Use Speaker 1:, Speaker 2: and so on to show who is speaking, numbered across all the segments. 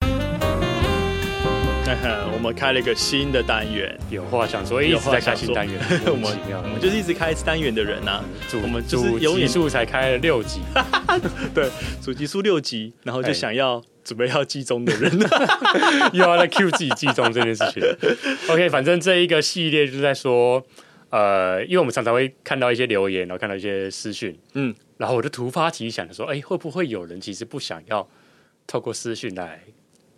Speaker 1: 们开了一个新的单元，
Speaker 2: 有话想说，一
Speaker 1: 有
Speaker 2: 直
Speaker 1: 话
Speaker 2: 在
Speaker 1: 想
Speaker 2: 开新
Speaker 1: 说，
Speaker 2: 单元
Speaker 1: 我
Speaker 2: 莫名
Speaker 1: 们
Speaker 2: 其妙
Speaker 1: 我们就是一直开单元的人呐、
Speaker 2: 主
Speaker 1: 我们就是
Speaker 2: 主
Speaker 1: 永
Speaker 2: 集
Speaker 1: 远
Speaker 2: 数才开了六集，
Speaker 1: 对主集数六集，然后就
Speaker 2: 哎
Speaker 1: 想要准备要集中的人，
Speaker 2: 又要来 Q 自己记中这件事 情。OK，反正这一个系列就是在说，呃，因为我们常常会看到一些留言，然后看到一些私讯，
Speaker 1: 嗯，
Speaker 2: 然后我就突发奇想说，哎、会不会有人其实不想要透过私讯来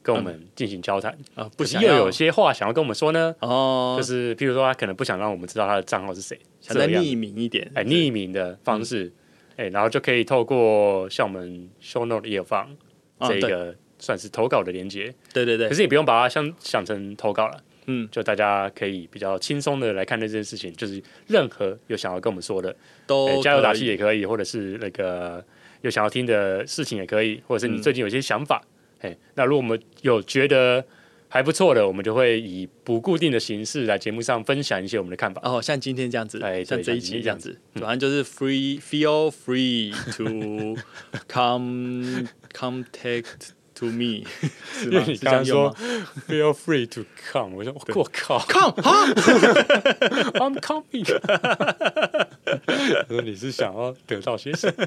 Speaker 2: 跟我们进行交谈，
Speaker 1: 啊，不
Speaker 2: 不是
Speaker 1: 想
Speaker 2: 又
Speaker 1: 要
Speaker 2: 有些话想要跟我们说呢？
Speaker 1: 哦，
Speaker 2: 就
Speaker 1: 就是
Speaker 2: 是譬如说，他可能不想让我们知道他的账号是谁，
Speaker 1: 想再
Speaker 2: 这样
Speaker 1: 匿名一点，
Speaker 2: 哎匿名的方式，哎、然后就可以透过像我们 show note 也有放
Speaker 1: 啊
Speaker 2: 这
Speaker 1: 对
Speaker 2: 个哎算是投稿的连接，
Speaker 1: 对对对
Speaker 2: 可，是你不用把它想想成投稿了，
Speaker 1: 嗯，
Speaker 2: 就大家可以比较轻松的来看待这件事情，就是任何有想要跟我们说的，哎
Speaker 1: 都
Speaker 2: 加油打
Speaker 1: 可以
Speaker 2: 气也可以，或者是那个有想要听的事情也可以，或者是你
Speaker 1: 嗯
Speaker 2: 最近有一些想法，哎、那如果我们有觉得还不错的，我们就会以不固定的形式来节目上分享一些我们的看法。
Speaker 1: 哦，像今天这样子，
Speaker 2: 哎对
Speaker 1: 像这一
Speaker 2: 像今
Speaker 1: 集这
Speaker 2: 天这
Speaker 1: 样
Speaker 2: 样嗯
Speaker 1: 子，反正就是 free feel free to come contact to me，是
Speaker 2: 因
Speaker 1: 吗？
Speaker 2: 为你
Speaker 1: 是这
Speaker 2: 刚
Speaker 1: 样用
Speaker 2: 刚说
Speaker 1: 吗
Speaker 2: “feel free to come”，我说
Speaker 1: 对
Speaker 2: 我靠
Speaker 1: come 哈，
Speaker 2: ，I'm coming。我说你是想要得到些什么？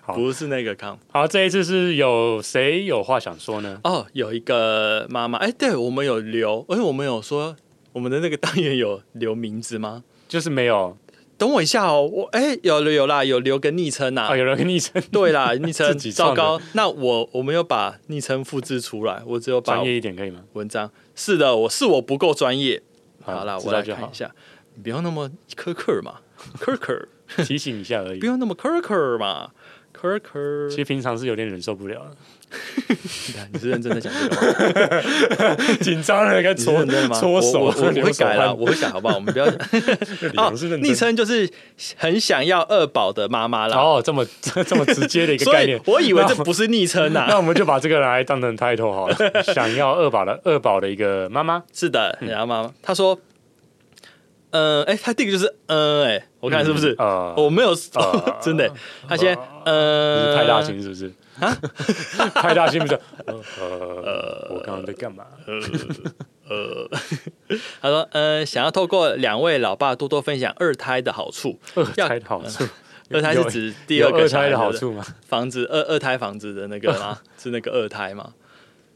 Speaker 2: 好
Speaker 1: 不是那个 come。
Speaker 2: 好，这一次是有谁有话想说呢？
Speaker 1: 哦，有一个妈妈，哎，对我们有留，哎，我们有说我们的那个单元有留名字吗？
Speaker 2: 就是没有
Speaker 1: 等我一下哦，我哎有了有啦，有留个昵称呐、
Speaker 2: 啊，有人跟昵称
Speaker 1: 对啦，昵称
Speaker 2: 自己
Speaker 1: 糟
Speaker 2: 创的
Speaker 1: 糕。那我我没有把昵称复制出来，我只有把
Speaker 2: 专业一点可以吗？
Speaker 1: 文章。是的，我是我不够专业。好啦，
Speaker 2: 知
Speaker 1: 我
Speaker 2: 道
Speaker 1: 来
Speaker 2: 就
Speaker 1: 看
Speaker 2: 好
Speaker 1: 一，下，你不要那么苛刻 嘛，苛刻，
Speaker 2: 提醒一下而已
Speaker 1: 不。要那么苛刻嘛，苛刻
Speaker 2: 其。实平常是有点忍受不了了，
Speaker 1: 你看你是认真的讲这个吗？
Speaker 2: 紧张了，该
Speaker 1: 你是认真的吗？ 我我我我会改啦，
Speaker 2: 了。
Speaker 1: 我会改，好不好？我们不要哦
Speaker 2: 我是，认
Speaker 1: 昵
Speaker 2: 真。
Speaker 1: 称就是很想要二宝的妈妈啦，
Speaker 2: 哦，这么 这么直接的一个
Speaker 1: 所
Speaker 2: 概
Speaker 1: 以
Speaker 2: 念，
Speaker 1: 我以为这不是昵称 啊
Speaker 2: 那
Speaker 1: 呐。
Speaker 2: 我们就把这个拿来当成 title 好了。 想要二宝的二宝的一个妈妈，
Speaker 1: 是的，然后妈妈她说，嗯，哎，她第一个就是嗯，哎，我看是不是？
Speaker 2: 呃，
Speaker 1: 我没有
Speaker 2: 呃，
Speaker 1: 真的，她先
Speaker 2: 不
Speaker 1: 嗯，
Speaker 2: 啊是派大星是不是？
Speaker 1: 啊
Speaker 2: 派大星不是？呃，呃我刚刚在干嘛？
Speaker 1: 呃，他说，呃，想要透过两位老爸多多分享二胎的好处。
Speaker 2: 二胎的好处，
Speaker 1: 二胎是
Speaker 2: 有
Speaker 1: 指呃第
Speaker 2: 有
Speaker 1: 二个
Speaker 2: 二
Speaker 1: 小
Speaker 2: 胎
Speaker 1: 孩
Speaker 2: 的好，
Speaker 1: 对
Speaker 2: 处吗？
Speaker 1: 不对房子二二胎房子的那 个吗？是那个二胎吗？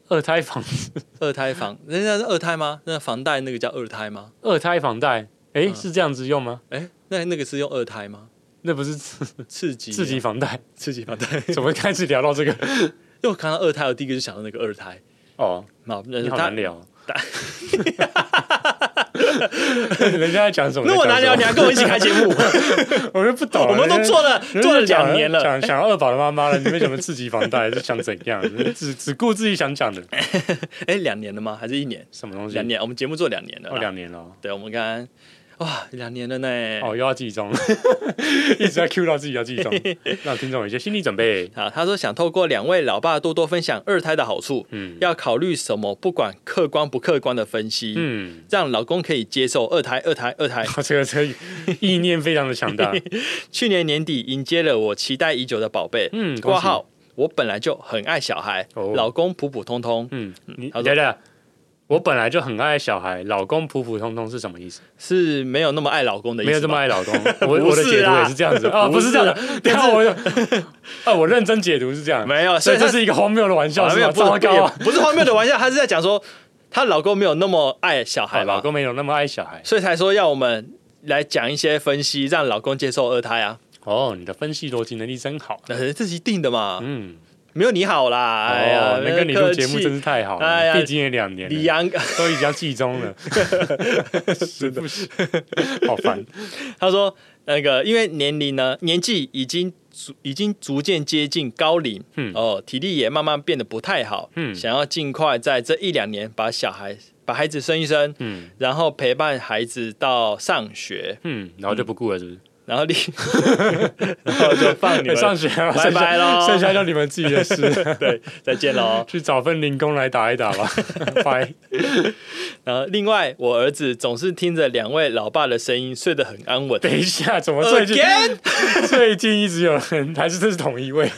Speaker 2: 二胎房子，
Speaker 1: 二胎房，人家是二胎吗？那房贷那个叫二胎吗？
Speaker 2: 二胎房贷，
Speaker 1: 嗯
Speaker 2: 哎，是这样子用吗？
Speaker 1: 哎，那那个是用二胎吗？
Speaker 2: 那不是刺
Speaker 1: 刺激啊
Speaker 2: 刺激房贷？
Speaker 1: 刺激房贷，
Speaker 2: 怎么开始聊到 这个？
Speaker 1: 因为我看到二胎，我第一个就想到那个二胎。
Speaker 2: 哦，
Speaker 1: 那
Speaker 2: 你
Speaker 1: 那
Speaker 2: 好
Speaker 1: 他
Speaker 2: 难，聊。 人家在讲什么？
Speaker 1: 那我难聊，你
Speaker 2: 在
Speaker 1: 还跟我一起开节 目，
Speaker 2: 讲什么我就不懂啊。
Speaker 1: 我们都做了
Speaker 2: 人家
Speaker 1: 做了
Speaker 2: 人家
Speaker 1: 两年了，
Speaker 2: 讲想二宝的妈 妈了，你们怎么刺激房贷？是想怎样？只只顾自己想讲的
Speaker 1: 哎，两年了吗？还是一年？
Speaker 2: 什么东西？
Speaker 1: 两年，我们节目做两年了
Speaker 2: 哦，
Speaker 1: 啦。
Speaker 2: 两年了哦。
Speaker 1: 对，我们刚哇，两年了呢。
Speaker 2: 哦，又要记中， 一直在 Q 到自己要记 中，让听众有一些心理准备。
Speaker 1: 啊，他说想透过两位老爸多多分享二胎的好处，
Speaker 2: 嗯
Speaker 1: 要考虑什么，不管客观不客观的分析，
Speaker 2: 嗯，
Speaker 1: 让老公可以接受二胎、二胎、二 胎。
Speaker 2: 这个车意念非常的 强大。
Speaker 1: 去年年底迎接了我期待已久的宝贝，
Speaker 2: 嗯恭
Speaker 1: 挂
Speaker 2: 喜
Speaker 1: 号。我本来就很爱小孩，
Speaker 2: 哦
Speaker 1: 老公普普通通，
Speaker 2: 嗯，你
Speaker 1: 他说
Speaker 2: 等等，我本来就很爱小孩，老公普普通通是什么意思？
Speaker 1: 是没有那么爱老公的意思吧。
Speaker 2: 没有这么爱老公，我
Speaker 1: 不
Speaker 2: 我的
Speaker 1: 是
Speaker 2: 解读
Speaker 1: 啦
Speaker 2: 也是这样子啊，
Speaker 1: 不
Speaker 2: 不
Speaker 1: 是
Speaker 2: 是这样的。等一下我就啊，我认真解读是这 样，
Speaker 1: 没有，
Speaker 2: 所以这
Speaker 1: 他
Speaker 2: 是一个荒谬的玩笑，
Speaker 1: 啊
Speaker 2: 是
Speaker 1: 没
Speaker 2: 吧？
Speaker 1: 有不
Speaker 2: 糟糕啊，
Speaker 1: 不是荒谬的玩笑，他是在讲说她老公没有那么爱小
Speaker 2: 好
Speaker 1: 孩
Speaker 2: 哎老
Speaker 1: 吧，
Speaker 2: 公没有那么爱小孩。
Speaker 1: 所以才说要我们来讲一些分析，让老公接受二胎啊，
Speaker 2: 哦，你的分析逻辑能力真好。
Speaker 1: 呃这是一定的嘛。
Speaker 2: 嗯，
Speaker 1: 没有你好啦，哎呀
Speaker 2: 哦，，能跟你录节目真是太好
Speaker 1: 哎呀
Speaker 2: 了，毕竟也两年了。
Speaker 1: 李阳，
Speaker 2: 都已经要季中了，真不行，好烦。
Speaker 1: 他说那个因为年龄呢，年纪已经逐已经逐渐接近高龄，
Speaker 2: 嗯
Speaker 1: 哦，体力也慢慢变得不太好，
Speaker 2: 嗯
Speaker 1: 想要尽快在这一两年把小孩把孩子生一生，
Speaker 2: 嗯
Speaker 1: 然后陪伴孩子到上学，
Speaker 2: 嗯，然后就不顾了，是不是？哎
Speaker 1: 然后你， 然后就放你们
Speaker 2: 上学了，
Speaker 1: 嗯拜拜
Speaker 2: 剩
Speaker 1: 喽
Speaker 2: 下剩下就你们自己的事，
Speaker 1: 对，再见喽。
Speaker 2: 去找份零工来打一 打吧，拜。
Speaker 1: 然后另外，我儿子总是听着两位老爸的声音睡得很安稳。
Speaker 2: 等一下，怎么最近
Speaker 1: Again，
Speaker 2: 最近一直有人，还是这是同 一位？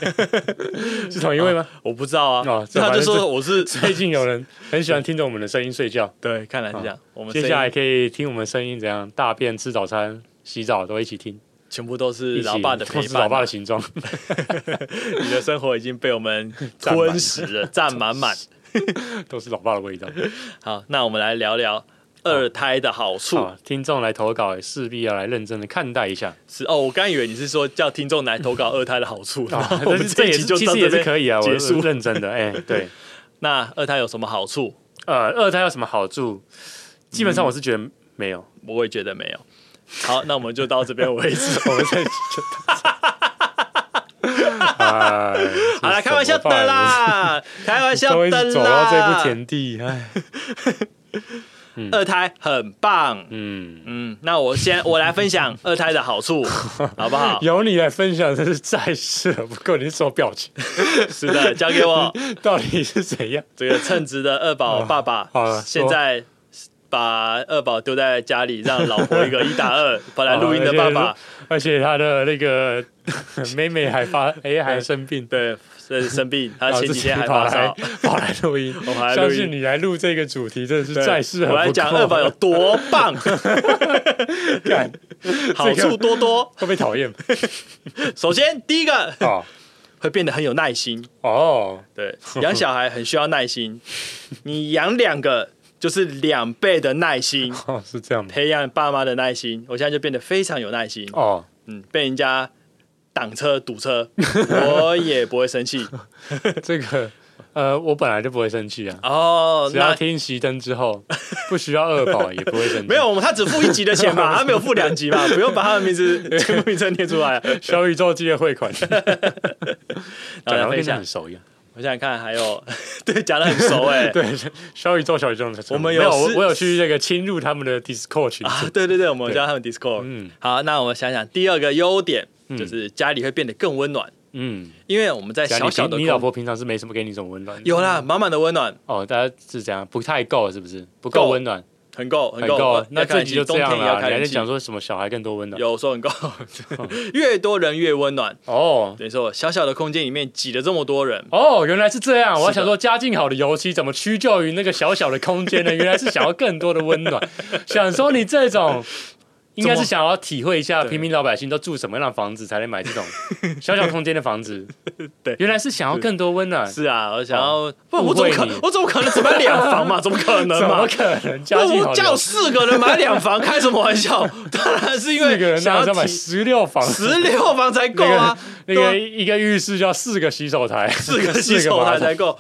Speaker 2: 是同一位吗？
Speaker 1: 我不知道啊，
Speaker 2: 哦这
Speaker 1: 那他就
Speaker 2: 反正
Speaker 1: 说我是
Speaker 2: 最近有人很喜欢听着我们的声音睡觉，
Speaker 1: 对，看来是这样。我们
Speaker 2: 哦接下来
Speaker 1: 声音
Speaker 2: 可以听我们声音怎样大便、吃早餐、洗澡都一起听，
Speaker 1: 全部都是
Speaker 2: 一起
Speaker 1: 老爸的陪
Speaker 2: 同时
Speaker 1: 伴，啊
Speaker 2: 老爸的形状。
Speaker 1: 你的生活已经被我们
Speaker 2: 占满
Speaker 1: 吞食了，占满 满。
Speaker 2: 都是老爸的 味道。
Speaker 1: 好，那我们来聊聊二胎的好处
Speaker 2: 好，啊听众来投稿，势必要来认真的看待一下。
Speaker 1: 是哦。我刚以为你是说叫听众来投稿二胎的好处，然 后我
Speaker 2: 啊但
Speaker 1: 们
Speaker 2: 是这
Speaker 1: 一
Speaker 2: 也
Speaker 1: 集
Speaker 2: 是
Speaker 1: 就
Speaker 2: 其
Speaker 1: 到
Speaker 2: 实也
Speaker 1: 这
Speaker 2: 是
Speaker 1: 边
Speaker 2: 可以啊，我
Speaker 1: 结束
Speaker 2: 我。认真 的。哎，对，
Speaker 1: 那二胎有什么好处？
Speaker 2: 呃，二胎有什么好处？基本上
Speaker 1: 嗯
Speaker 2: 我是觉得没 有。
Speaker 1: 我也觉得没有。好，那我们就到这边为 止。
Speaker 2: 我们在 哎
Speaker 1: 好啦，开玩笑的， 啦，开玩
Speaker 2: 这是
Speaker 1: 笑
Speaker 2: 怎么办
Speaker 1: 的
Speaker 2: 呢终于走到这
Speaker 1: 啦
Speaker 2: 步。田地，哎，
Speaker 1: 二胎很棒，
Speaker 2: 嗯，
Speaker 1: 嗯，那我先我来分享二胎的好 处，好不好？
Speaker 2: 由你来分享，真是再适合不过你是什么表情，
Speaker 1: 是的，交给我。
Speaker 2: 到底是怎样？
Speaker 1: 这个称职的二宝爸爸
Speaker 2: 啊好了，
Speaker 1: 现在把二宝丢在家里，让老婆一个一打 二。本来录音的爸爸，
Speaker 2: 哦而且他的那个 妹妹还发，哎，还生病，
Speaker 1: 对，是生 病，他
Speaker 2: 然后
Speaker 1: 前
Speaker 2: 自
Speaker 1: 几
Speaker 2: 己
Speaker 1: 天还
Speaker 2: 跑
Speaker 1: 发
Speaker 2: 来
Speaker 1: 烧。
Speaker 2: 跑来 录音
Speaker 1: 我跑来，录
Speaker 2: 相
Speaker 1: 音
Speaker 2: 信你来录这个主题真的是
Speaker 1: 对
Speaker 2: 再适合
Speaker 1: 我来
Speaker 2: 不
Speaker 1: 讲
Speaker 2: 过
Speaker 1: 二宝有
Speaker 2: 了
Speaker 1: 多棒，
Speaker 2: 干
Speaker 1: 好处多多。
Speaker 2: 会被讨 厌
Speaker 1: 首先，第一个
Speaker 2: 哦
Speaker 1: 会变得很有耐心，
Speaker 2: 哦，
Speaker 1: 对， 养小孩很需要耐心，你养两个就是两倍的耐 心，
Speaker 2: 哦是这样的
Speaker 1: 培养爸妈的耐心。我现在就变得非常有耐心，
Speaker 2: 哦，
Speaker 1: 嗯，被人家挡车堵 车，我也不会生气。
Speaker 2: 这个呃，我本来就不会生气啊，
Speaker 1: 哦，
Speaker 2: 只要
Speaker 1: 那
Speaker 2: 听熄灯之 后，不需要二宝也不会生气。
Speaker 1: 没有，我们他只付一集的钱 嘛，他没有付两集嘛，不用把他的名字全部名称念出来啊。
Speaker 2: 小宇宙记得 汇款，讲
Speaker 1: 然
Speaker 2: 得
Speaker 1: 后
Speaker 2: 跟
Speaker 1: 分
Speaker 2: 你
Speaker 1: 享
Speaker 2: 很，熟一样。
Speaker 1: 我想想看，还有 对讲的很熟哎，
Speaker 2: 对，小宇宙小宇宙，
Speaker 1: 我们有
Speaker 2: 没有我
Speaker 1: 四
Speaker 2: 我有去那个侵入他们的 Discord 群
Speaker 1: 啊
Speaker 2: 组，
Speaker 1: 对对对，我们有教他们 Discord。
Speaker 2: 嗯
Speaker 1: 好，那我们想想第二个优点，就是家里会变得更温暖。
Speaker 2: 嗯，
Speaker 1: 因为我们在
Speaker 2: 讲
Speaker 1: 哎小
Speaker 2: 你
Speaker 1: 小的
Speaker 2: 平你老
Speaker 1: 空
Speaker 2: 婆平常是没什么给你什么温暖的，
Speaker 1: 有啦，满满的温暖，
Speaker 2: 哦，大家是怎样？不太够是不是？不
Speaker 1: 够
Speaker 2: 够温暖，
Speaker 1: 很够，很
Speaker 2: 很
Speaker 1: 够。
Speaker 2: 够
Speaker 1: 要。
Speaker 2: 那
Speaker 1: 开
Speaker 2: 这
Speaker 1: 冷
Speaker 2: 集
Speaker 1: 气
Speaker 2: 就这
Speaker 1: 冬天
Speaker 2: 样
Speaker 1: 也要
Speaker 2: 了，
Speaker 1: 开
Speaker 2: 你还
Speaker 1: 冷
Speaker 2: 在
Speaker 1: 气
Speaker 2: 讲说什么小孩更多温暖？
Speaker 1: 有说很 够， 越多人越温暖。
Speaker 2: 哦
Speaker 1: 等于说，小小的空间里面挤了这么多人，
Speaker 2: 哦，原来是这样。我还
Speaker 1: 是的
Speaker 2: 想说，家境好的油漆怎么屈就于那个小小的空间呢？原来是想要更多的温暖。想说你这种，应该是想要体会一下
Speaker 1: 对
Speaker 2: 平民老百姓都住什么样的房子，才能买这种小小空间的房子。
Speaker 1: 对
Speaker 2: 原来是想要更多温暖，
Speaker 1: 是啊，我想要，不，我
Speaker 2: 哦误
Speaker 1: 怎么
Speaker 2: 会
Speaker 1: 可
Speaker 2: 你，
Speaker 1: 我怎么可能只买两房 嘛？怎么可能
Speaker 2: 怎么
Speaker 1: 嘛？
Speaker 2: 可能？家境
Speaker 1: 我
Speaker 2: 好
Speaker 1: 我
Speaker 2: 的
Speaker 1: 叫
Speaker 2: 油漆
Speaker 1: 四个人买两房，开什么玩笑？ 当然是因
Speaker 2: 四个
Speaker 1: 为
Speaker 2: 人
Speaker 1: 想
Speaker 2: 当然
Speaker 1: 要
Speaker 2: 要买
Speaker 1: 提
Speaker 2: 十六房，
Speaker 1: 十六房才够
Speaker 2: 那
Speaker 1: 啊
Speaker 2: 个，那个
Speaker 1: 对
Speaker 2: 一个浴室就要四个洗手台，
Speaker 1: 四 个洗手台才够，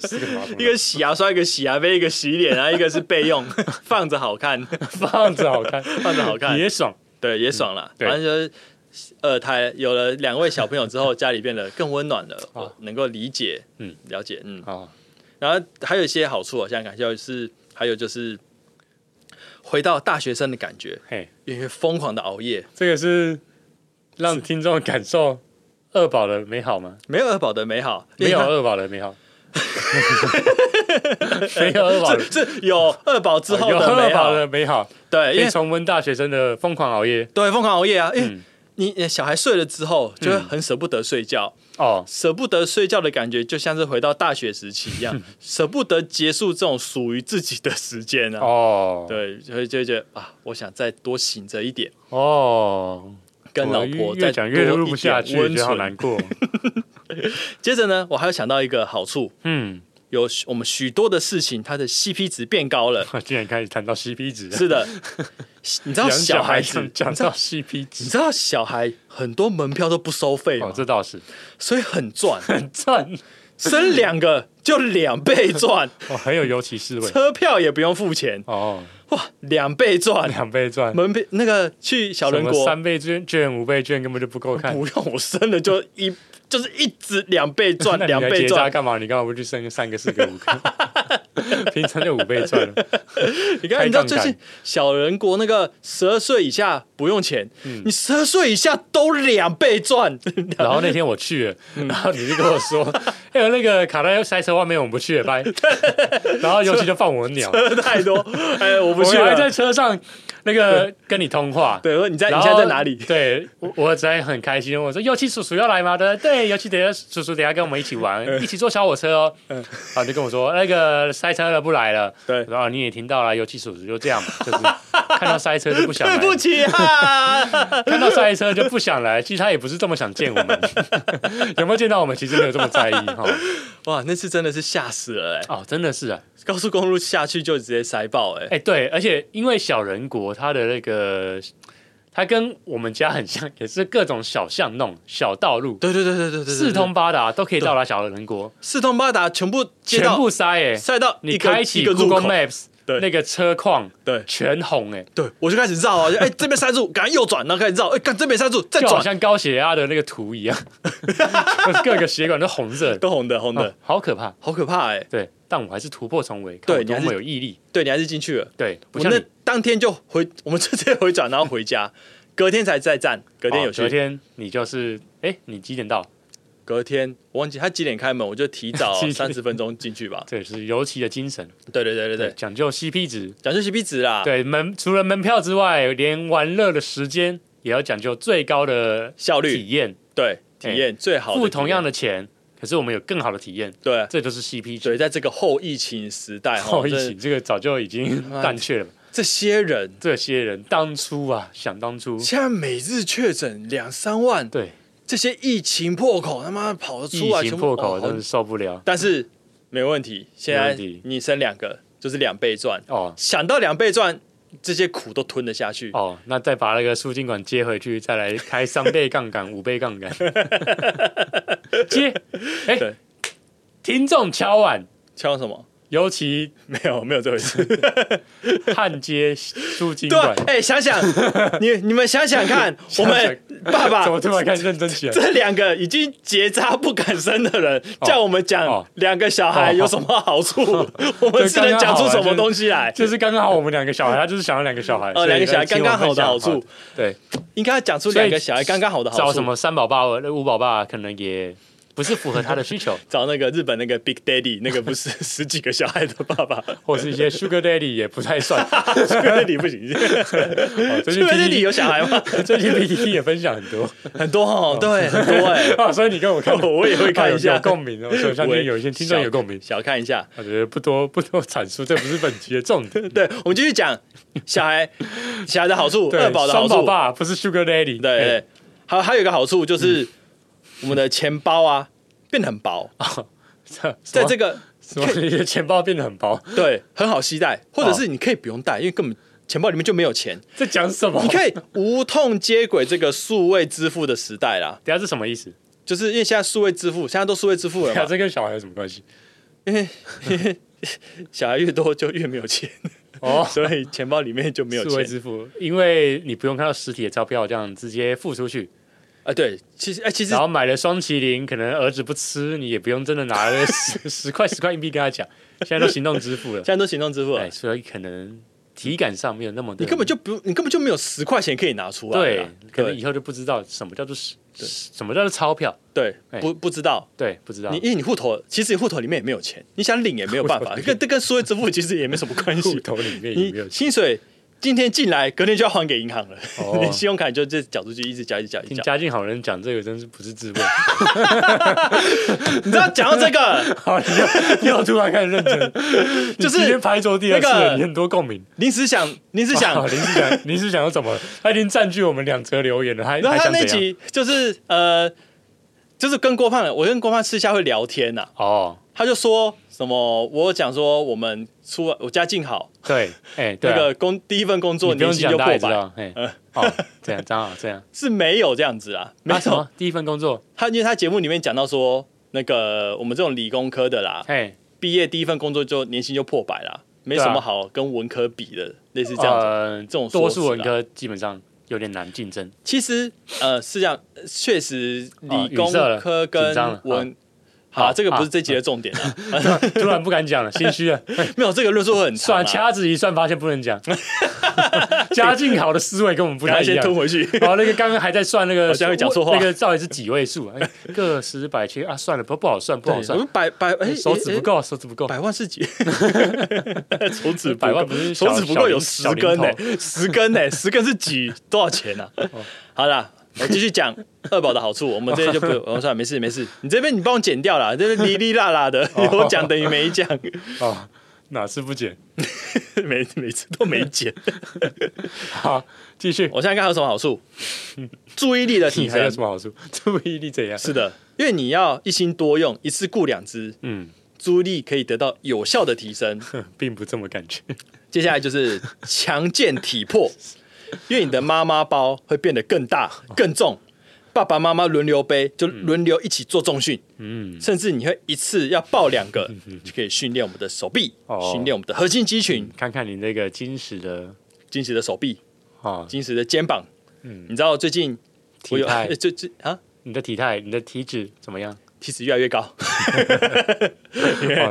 Speaker 2: 四个马 桶
Speaker 1: 一个洗牙刷，一个洗牙杯，一个洗脸，然后一个是备用， 放着好看，
Speaker 2: 放着好看，
Speaker 1: 放着好看，
Speaker 2: 也爽。
Speaker 1: 对，也爽了。
Speaker 2: 嗯对
Speaker 1: 反正就是二胎有了两位小朋友之后，家里变得更温 暖了，我能够理解，嗯
Speaker 2: 啊嗯，
Speaker 1: 了解，嗯。
Speaker 2: 啊，
Speaker 1: 然后还有一些好处，啊我想想看，就是还有就是回到大学生的感觉，
Speaker 2: 嘿。
Speaker 1: 因为疯狂的熬夜，
Speaker 2: 这个是让听众感受二宝的美好吗？
Speaker 1: 没有二宝的美好，
Speaker 2: 没
Speaker 1: 因
Speaker 2: 有
Speaker 1: 为
Speaker 2: 二宝的 美好，没有二宝
Speaker 1: 它
Speaker 2: 的
Speaker 1: 是是有二宝之后
Speaker 2: 有
Speaker 1: 的
Speaker 2: 二
Speaker 1: 美好
Speaker 2: 宝，的美好，可
Speaker 1: 对，因
Speaker 2: 以
Speaker 1: 为
Speaker 2: 重温大学生的疯狂熬夜。
Speaker 1: 对疯狂熬夜啊，因为
Speaker 2: 嗯
Speaker 1: 你你小孩睡了之后，就会很舍不得睡觉。
Speaker 2: 哦，
Speaker 1: 舍不得睡觉的感觉，就像是回到大学时期一 样，舍不得结束这种属于自己的时间啊。
Speaker 2: 哦，
Speaker 1: 对，所以就会觉得啊，我想再多醒着一点，
Speaker 2: 哦，
Speaker 1: 跟老
Speaker 2: 我
Speaker 1: 婆
Speaker 2: 越
Speaker 1: 再
Speaker 2: 讲
Speaker 1: 多
Speaker 2: 越录不
Speaker 1: 一
Speaker 2: 下
Speaker 1: 点
Speaker 2: 去，
Speaker 1: 温
Speaker 2: 觉得好难
Speaker 1: 存。
Speaker 2: 过。
Speaker 1: 接着呢，我还有想到一个好处，
Speaker 2: 嗯，
Speaker 1: 有许我们许多的事情，它的 CP 值变高 了。
Speaker 2: 我竟然开始谈到 CP 值了，
Speaker 1: 是的，你知道
Speaker 2: 讲
Speaker 1: 小孩子，
Speaker 2: 讲讲到 CP
Speaker 1: 你
Speaker 2: 值，
Speaker 1: 知道小孩很多门票都不收费
Speaker 2: 哦
Speaker 1: 嘛，，
Speaker 2: 这倒 是
Speaker 1: 所以很赚，
Speaker 2: 很赞，
Speaker 1: 生两个就两倍 赚，
Speaker 2: 哦，很有尤其是味。
Speaker 1: 车票也不用付钱，
Speaker 2: 哦，
Speaker 1: 哇，两倍赚。
Speaker 2: 两倍赚，
Speaker 1: 门票那个去小
Speaker 2: 什
Speaker 1: 哎人
Speaker 2: 么
Speaker 1: 国
Speaker 2: 三倍券券、五倍券根本就 不够看。
Speaker 1: 不用我生了就一就是一直两倍 赚
Speaker 2: 那你
Speaker 1: 两
Speaker 2: 来
Speaker 1: 倍
Speaker 2: 结扎
Speaker 1: 赚，
Speaker 2: 干嘛？你干嘛不去生个三个、四个、五个？ 平常就五倍赚了。
Speaker 1: 你看，你知道最
Speaker 2: 开杠杆
Speaker 1: 近小人国那个十二岁以下不用钱，
Speaker 2: 嗯
Speaker 1: 你十二岁以下都两倍嗯赚，
Speaker 2: 然后那天我去了，然后你就跟我说，哎呦那个卡带塞车外面我们不去 了，拜。然后尤其就放我鸟，
Speaker 1: 太 多。哎，我不
Speaker 2: 我
Speaker 1: 去
Speaker 2: 还
Speaker 1: 了。
Speaker 2: 在车上那个跟你通话。
Speaker 1: 对，我 说你在你
Speaker 2: 然后
Speaker 1: 现在在哪里？
Speaker 2: 对，我我在很开心。我说尤其叔叔要来吗？对对，尤其等一下叔叔等一下跟我们一起玩，
Speaker 1: 嗯
Speaker 2: 一起坐小火车哦。 然后就跟我说那个塞车了不来了。
Speaker 1: 对
Speaker 2: 然后你也听到了，尤其叔叔就这样嘛，就是 看到塞车就不想来
Speaker 1: 对，不起啊，
Speaker 2: 看到塞车就不想来。其实他也不是这么想见我们， 有没有见到我们？其实没有这么在意哈。
Speaker 1: 哇，那次真的是吓死了哎、
Speaker 2: 哦，真的是啊，
Speaker 1: 高速公路下去就直接塞爆哎、
Speaker 2: 哎、对，而且因为小人国它的那个，它跟我们家很像，也是各种小巷弄、小道路，
Speaker 1: 对对对对对对对，
Speaker 2: 四通八达都可以到达小人国，
Speaker 1: 四通八达全部街
Speaker 2: 全
Speaker 1: 道
Speaker 2: 部塞哎、
Speaker 1: 塞到一
Speaker 2: 你
Speaker 1: 个
Speaker 2: 开
Speaker 1: 一
Speaker 2: 启
Speaker 1: 个入
Speaker 2: Google
Speaker 1: 口，
Speaker 2: Maps，
Speaker 1: 对
Speaker 2: 那个车况
Speaker 1: 对
Speaker 2: 全红哎、
Speaker 1: 对，我就开始绕啊， 就哎、这边塞住，赶快右转，然后开始绕，哎、赶这边塞住，再
Speaker 2: 就好
Speaker 1: 转，
Speaker 2: 像高血压的那个图 一样，各个血管都红色的，
Speaker 1: 都红的红的，
Speaker 2: 哦好可怕。
Speaker 1: 好可怕哎、
Speaker 2: 对，但我还是突破重围，看我
Speaker 1: 对你
Speaker 2: 多
Speaker 1: 还是
Speaker 2: 么有毅力。
Speaker 1: 对你还是进去了，
Speaker 2: 对，不
Speaker 1: 我
Speaker 2: 像
Speaker 1: 那
Speaker 2: 你，
Speaker 1: 当天就回，我们就直接回转，然后回家， 隔天才再站，隔天有
Speaker 2: 哦
Speaker 1: 去，
Speaker 2: 昨天你就是，哎，你几点到？
Speaker 1: 隔天我忘记他几点开门，我就提 早
Speaker 2: 几点
Speaker 1: 三十分钟进去 吧，
Speaker 2: 这也是尤其的精神，
Speaker 1: 对对对对对，
Speaker 2: 讲究 CP 值。
Speaker 1: 讲究 CP 值啦，
Speaker 2: 对门除了门票之外，连玩乐的时间也要讲究最高的
Speaker 1: 效率
Speaker 2: 体验，
Speaker 1: 对体验最好的体验，
Speaker 2: 付同样的钱，可是我们有更好的体验，
Speaker 1: 对
Speaker 2: 这就是 CP 值。
Speaker 1: 对，在这个后疫情时代，哈
Speaker 2: 后疫
Speaker 1: 这嗯
Speaker 2: 情这个早就已经
Speaker 1: 妈的
Speaker 2: 淡去了。
Speaker 1: 这些人
Speaker 2: 这些人当初啊，想当初，
Speaker 1: 现在每日确诊两三万，
Speaker 2: 对
Speaker 1: 这些疫情破口他妈跑得出
Speaker 2: 疫
Speaker 1: 来，
Speaker 2: 情
Speaker 1: 全部
Speaker 2: 破
Speaker 1: 哦好
Speaker 2: 口真是受不了
Speaker 1: 但是没问题，现
Speaker 2: 没
Speaker 1: 在
Speaker 2: 问题
Speaker 1: 你生两个就是两倍赚，
Speaker 2: 哦
Speaker 1: 想到两倍赚，这些苦都吞得下去。
Speaker 2: 哦，那再把那个输精管接回去，再来开三倍杠杆、 五倍杠杆，接哎
Speaker 1: 对，
Speaker 2: 听众敲碗，
Speaker 1: 敲什么？
Speaker 2: 尤其
Speaker 1: 没有，没有这回 事。
Speaker 2: 焊接输精
Speaker 1: 对啊
Speaker 2: 管，，
Speaker 1: 哎、想想 你你们想想看，我们爸
Speaker 2: 怎
Speaker 1: 爸
Speaker 2: 么突然开始认真 起来？
Speaker 1: 这两个已经结扎不敢生的人，叫我们讲
Speaker 2: 哦
Speaker 1: 两个小孩
Speaker 2: 哦
Speaker 1: 有什么好处？ 我们是
Speaker 2: 刚
Speaker 1: 能
Speaker 2: 刚
Speaker 1: 讲出
Speaker 2: 好啊
Speaker 1: 什
Speaker 2: 就
Speaker 1: 么
Speaker 2: 是
Speaker 1: 东西来？
Speaker 2: 就是刚刚好，我们两个小孩，他就是想要两个小孩，
Speaker 1: 呃，
Speaker 2: 所以
Speaker 1: 两个小孩
Speaker 2: 请
Speaker 1: 刚
Speaker 2: 我
Speaker 1: 刚好
Speaker 2: 分
Speaker 1: 的
Speaker 2: 享
Speaker 1: 好处，
Speaker 2: 对，
Speaker 1: 应该讲出两个小孩刚刚好的好
Speaker 2: 找
Speaker 1: 处
Speaker 2: 什。么三宝爸、呃五宝爸，可能也不是符合他的需求，
Speaker 1: 找那个日本那个 Big Daddy，那个不是十几个小孩的爸 爸，
Speaker 2: 或是一些 Sugar Daddy 也不太 算。
Speaker 1: 这个你不 行。
Speaker 2: 哦最
Speaker 1: 日
Speaker 2: 近
Speaker 1: 本那里
Speaker 2: PPT
Speaker 1: 有小孩 吗？
Speaker 2: 最近 PPT 也分享很 多
Speaker 1: 很多哦，对，很多哎。
Speaker 2: 啊，所以你跟我看，
Speaker 1: 哦我也 会看一下
Speaker 2: 啊有有共鸣哦，所以我相
Speaker 1: 我
Speaker 2: 信
Speaker 1: 也
Speaker 2: 有一些听众有共鸣。
Speaker 1: 小看一下，
Speaker 2: 我觉得不多不多阐述，这不是本集的重 点。
Speaker 1: 对，我们继续讲小 孩小孩的好处，
Speaker 2: 对，
Speaker 1: 二宝的好
Speaker 2: 三
Speaker 1: 处
Speaker 2: 宝，爸不是 Sugar
Speaker 1: 对
Speaker 2: Daddy，哎
Speaker 1: 对，对还有还有一个好处
Speaker 2: 嗯
Speaker 1: 就是我们的钱包啊变得很薄，
Speaker 2: 哦对，
Speaker 1: 在
Speaker 2: 在
Speaker 1: 这个
Speaker 2: 什么你的钱包变得很薄，
Speaker 1: 对很好携带，或者
Speaker 2: 哦
Speaker 1: 是你可以不用带，因为根本钱包里面就没有钱，
Speaker 2: 这讲什么？
Speaker 1: 你可以无痛接轨这个数位支付的时代啦，
Speaker 2: 等一下是什么意思？
Speaker 1: 就是因为现在数位支付，现在都数位支付了
Speaker 2: 对啊，
Speaker 1: 嘛，
Speaker 2: 这跟小孩有什么关系？
Speaker 1: 小孩越多就越没有 钱，
Speaker 2: 哦，
Speaker 1: 所以钱包里面就没有
Speaker 2: 数位
Speaker 1: 钱
Speaker 2: 支付，因为你不用看到实体的钞票，这样直接付出去。
Speaker 1: 啊。对，其实哎、其实
Speaker 2: 然后买了双麒麟，可能儿子不吃，你也不用真的拿 了十十块十块硬币跟他讲。现在都行动支付了
Speaker 1: 现，在都行动支付了
Speaker 2: 哎，，所以可能体感上没有那么的，
Speaker 1: 你根本就不，你根本就没有十块钱可以拿出来
Speaker 2: 对
Speaker 1: 啦。，
Speaker 2: 可能
Speaker 1: 对
Speaker 2: 以后就不知道什么叫做是什么叫做钞票，
Speaker 1: 对
Speaker 2: 哎啊
Speaker 1: 不不知道。
Speaker 2: 对，不知道
Speaker 1: 你。因为你户头其实你户头里面也没有钱，你想领也没有 办法，跟这跟数位支付其实也没什么关
Speaker 2: 户
Speaker 1: 系。
Speaker 2: 头里面也没有
Speaker 1: 你薪水今天进来，隔天就要还给银行了。
Speaker 2: 哦
Speaker 1: 你信用卡就这缴出去，一直缴，一直缴，一直
Speaker 2: 听
Speaker 1: 缴。
Speaker 2: 家境好人讲这个真是不是滋味。
Speaker 1: 你知道讲到这个
Speaker 2: 好，你又又突然开始认 真，
Speaker 1: 就是
Speaker 2: 你今天拍桌第二次
Speaker 1: 那
Speaker 2: 了，
Speaker 1: 个
Speaker 2: 你很多共鸣。
Speaker 1: 临时想，临时想
Speaker 2: 啊，林志祥，林志祥又怎么了？他已经占据我们两则留言了，还
Speaker 1: 然
Speaker 2: 还
Speaker 1: 后他
Speaker 2: 想
Speaker 1: 那
Speaker 2: 怎样？
Speaker 1: 集就是呃，就是跟郭胖，我跟郭胖私下会聊天呐、啊
Speaker 2: 哦，
Speaker 1: 他就说什么，我讲说我们出我家境好，
Speaker 2: 对，哎，对
Speaker 1: 那
Speaker 2: 啊，
Speaker 1: 个工第一份工作
Speaker 2: 你不用
Speaker 1: 年薪
Speaker 2: 讲，
Speaker 1: 就
Speaker 2: 大家
Speaker 1: 破
Speaker 2: 也知
Speaker 1: 百，
Speaker 2: 道，哎，哦，这样，张好，这 样，
Speaker 1: 是没有这样子啊，没
Speaker 2: 那什
Speaker 1: 有。
Speaker 2: 么？第一份工作，
Speaker 1: 他因为他节目里面讲到说，那个我们这种理工科的啦，
Speaker 2: 哎，
Speaker 1: 毕业第一份工作就年薪就破百啦，没
Speaker 2: 对啊
Speaker 1: 什么好跟文科比的，类似这样子。
Speaker 2: 呃，
Speaker 1: 这种
Speaker 2: 多
Speaker 1: 硕士
Speaker 2: 数文
Speaker 1: 啦
Speaker 2: 科基本上有点难竞争，
Speaker 1: 其实呃是这样，确实
Speaker 2: 哦
Speaker 1: 理
Speaker 2: 语
Speaker 1: 工
Speaker 2: 塞了
Speaker 1: 科跟
Speaker 2: 紧张了
Speaker 1: 文好，
Speaker 2: 好
Speaker 1: 这个不是这集的重点啊，
Speaker 2: 突然不敢讲了，心虚 了。
Speaker 1: 没有这个论述会很长
Speaker 2: 算
Speaker 1: 啊，
Speaker 2: 了掐指一算，发现不能讲。 家境好的思维跟我们不
Speaker 1: 赶
Speaker 2: 太
Speaker 1: 快
Speaker 2: 一
Speaker 1: 先吞
Speaker 2: 样。
Speaker 1: 回去。
Speaker 2: 然后那个刚刚还在算 那个，
Speaker 1: 好像会讲错话
Speaker 2: 那个到底是几位数？哎个十百千啊，算了，不不好算，不好
Speaker 1: 对，我
Speaker 2: 算，
Speaker 1: 们百百哎
Speaker 2: 手指不，
Speaker 1: 哎
Speaker 2: 够，手指不够
Speaker 1: 哎。百万是几？ 手指不够
Speaker 2: 百万不是
Speaker 1: 手
Speaker 2: 小
Speaker 1: 指不够有十
Speaker 2: 小零
Speaker 1: 根呢欸
Speaker 2: 小，
Speaker 1: 十根 呢，十根是几多少钱啊？
Speaker 2: 哦
Speaker 1: 好啦，我继续讲二宝的好处，我们这边就 不，我算了，没事没事，你这边你帮我剪掉啦，这边哩哩啦啦 的，我讲等于没讲，
Speaker 2: 哦，哪次不减？
Speaker 1: 每每次都没剪。
Speaker 2: 好，继续。
Speaker 1: 我现在看还有什么好 处？注意力的提
Speaker 2: 你还有
Speaker 1: 升
Speaker 2: 什，么好处？注意力怎样？
Speaker 1: 是的，因为你要一心多用，一次顾两只，
Speaker 2: 嗯，
Speaker 1: 注意力可以得到有效的提升。
Speaker 2: 哼并不这么感觉。
Speaker 1: 接下来就是强健体魄，因为你的妈妈包会变得更大、更重，爸爸妈妈轮流背，就轮流一起做重训，
Speaker 2: 嗯，
Speaker 1: 甚至你会一次要抱两个，就可以训练我们的手臂，
Speaker 2: 哦嗯
Speaker 1: 训练我们的核心肌群，
Speaker 2: 看看你那个金石的
Speaker 1: 金石的手臂，
Speaker 2: 啊，
Speaker 1: 金石的肩膀。
Speaker 2: 嗯
Speaker 1: 你知道最近我
Speaker 2: 体
Speaker 1: 有，
Speaker 2: 态
Speaker 1: 最最啊
Speaker 2: 你的体态，你的体脂怎么 样？
Speaker 1: 体脂越来越高，
Speaker 2: 哦，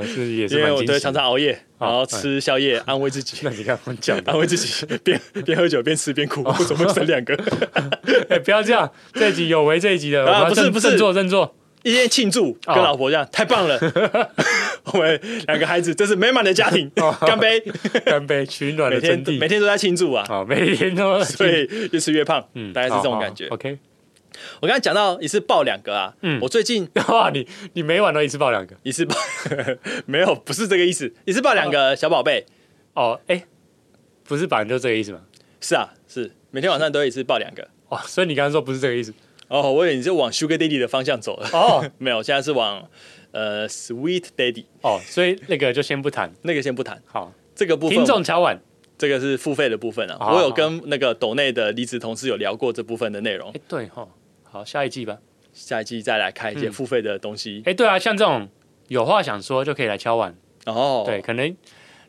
Speaker 2: 是也 是
Speaker 1: 因为
Speaker 2: 蛮
Speaker 1: 我
Speaker 2: 惊
Speaker 1: 都会
Speaker 2: 喜
Speaker 1: 常
Speaker 2: 的。
Speaker 1: 常熬夜，
Speaker 2: 哦哎
Speaker 1: 然后吃宵夜安慰自己。
Speaker 2: 那你看我讲的，
Speaker 1: 安慰自己， 边边喝酒边吃边哭，
Speaker 2: 哦
Speaker 1: 为什么会生两个？
Speaker 2: 哎，不要这样，这一集有违这一集的，我
Speaker 1: 啊
Speaker 2: 们要
Speaker 1: 不是
Speaker 2: 振
Speaker 1: 不是
Speaker 2: 振作 振作。
Speaker 1: 一边庆祝，跟
Speaker 2: 哦
Speaker 1: 老婆这样，太 棒了！我们两个孩子，这是美满的家庭，
Speaker 2: 哦
Speaker 1: 干 杯！
Speaker 2: 干杯，取暖
Speaker 1: 每
Speaker 2: 的
Speaker 1: 天
Speaker 2: 真
Speaker 1: 每
Speaker 2: 谛。
Speaker 1: 天都在庆祝啊，
Speaker 2: 啊，每天都 哦
Speaker 1: 所以越吃越胖，
Speaker 2: 嗯
Speaker 1: 大概是这种感觉。
Speaker 2: OK，
Speaker 1: 我刚才讲到一次爆两个啊，
Speaker 2: 嗯
Speaker 1: 我最近
Speaker 2: 哇，你你每晚都一次抱两个
Speaker 1: 一次爆 没有，不是这个意思，一次爆两个小宝贝，
Speaker 2: 哦？哎，不是本来就这个意思吗？
Speaker 1: 是啊，是每天晚上都有一次爆两个。
Speaker 2: 哦，所以你刚刚说不是这个意思
Speaker 1: 哦，我以为你是往 Sugar Daddy 的方向走了，
Speaker 2: 哦
Speaker 1: 没有，现在是往呃 Sweet Daddy
Speaker 2: 哦，所以那个就先不谈。
Speaker 1: 那个先不谈，
Speaker 2: 好，
Speaker 1: 这个部分
Speaker 2: 听众乔晚，
Speaker 1: 这个是付费的部分啊，
Speaker 2: 好
Speaker 1: 我有跟那个抖内的离职同事有聊过这部分的内容，
Speaker 2: 哎，对哈，好，下一季吧。
Speaker 1: 下一季再来看一
Speaker 2: 嗯
Speaker 1: 些付费的东西。
Speaker 2: 哎，对啊，像这种有话想说就可以来敲碗。
Speaker 1: 哦，
Speaker 2: 对，，可能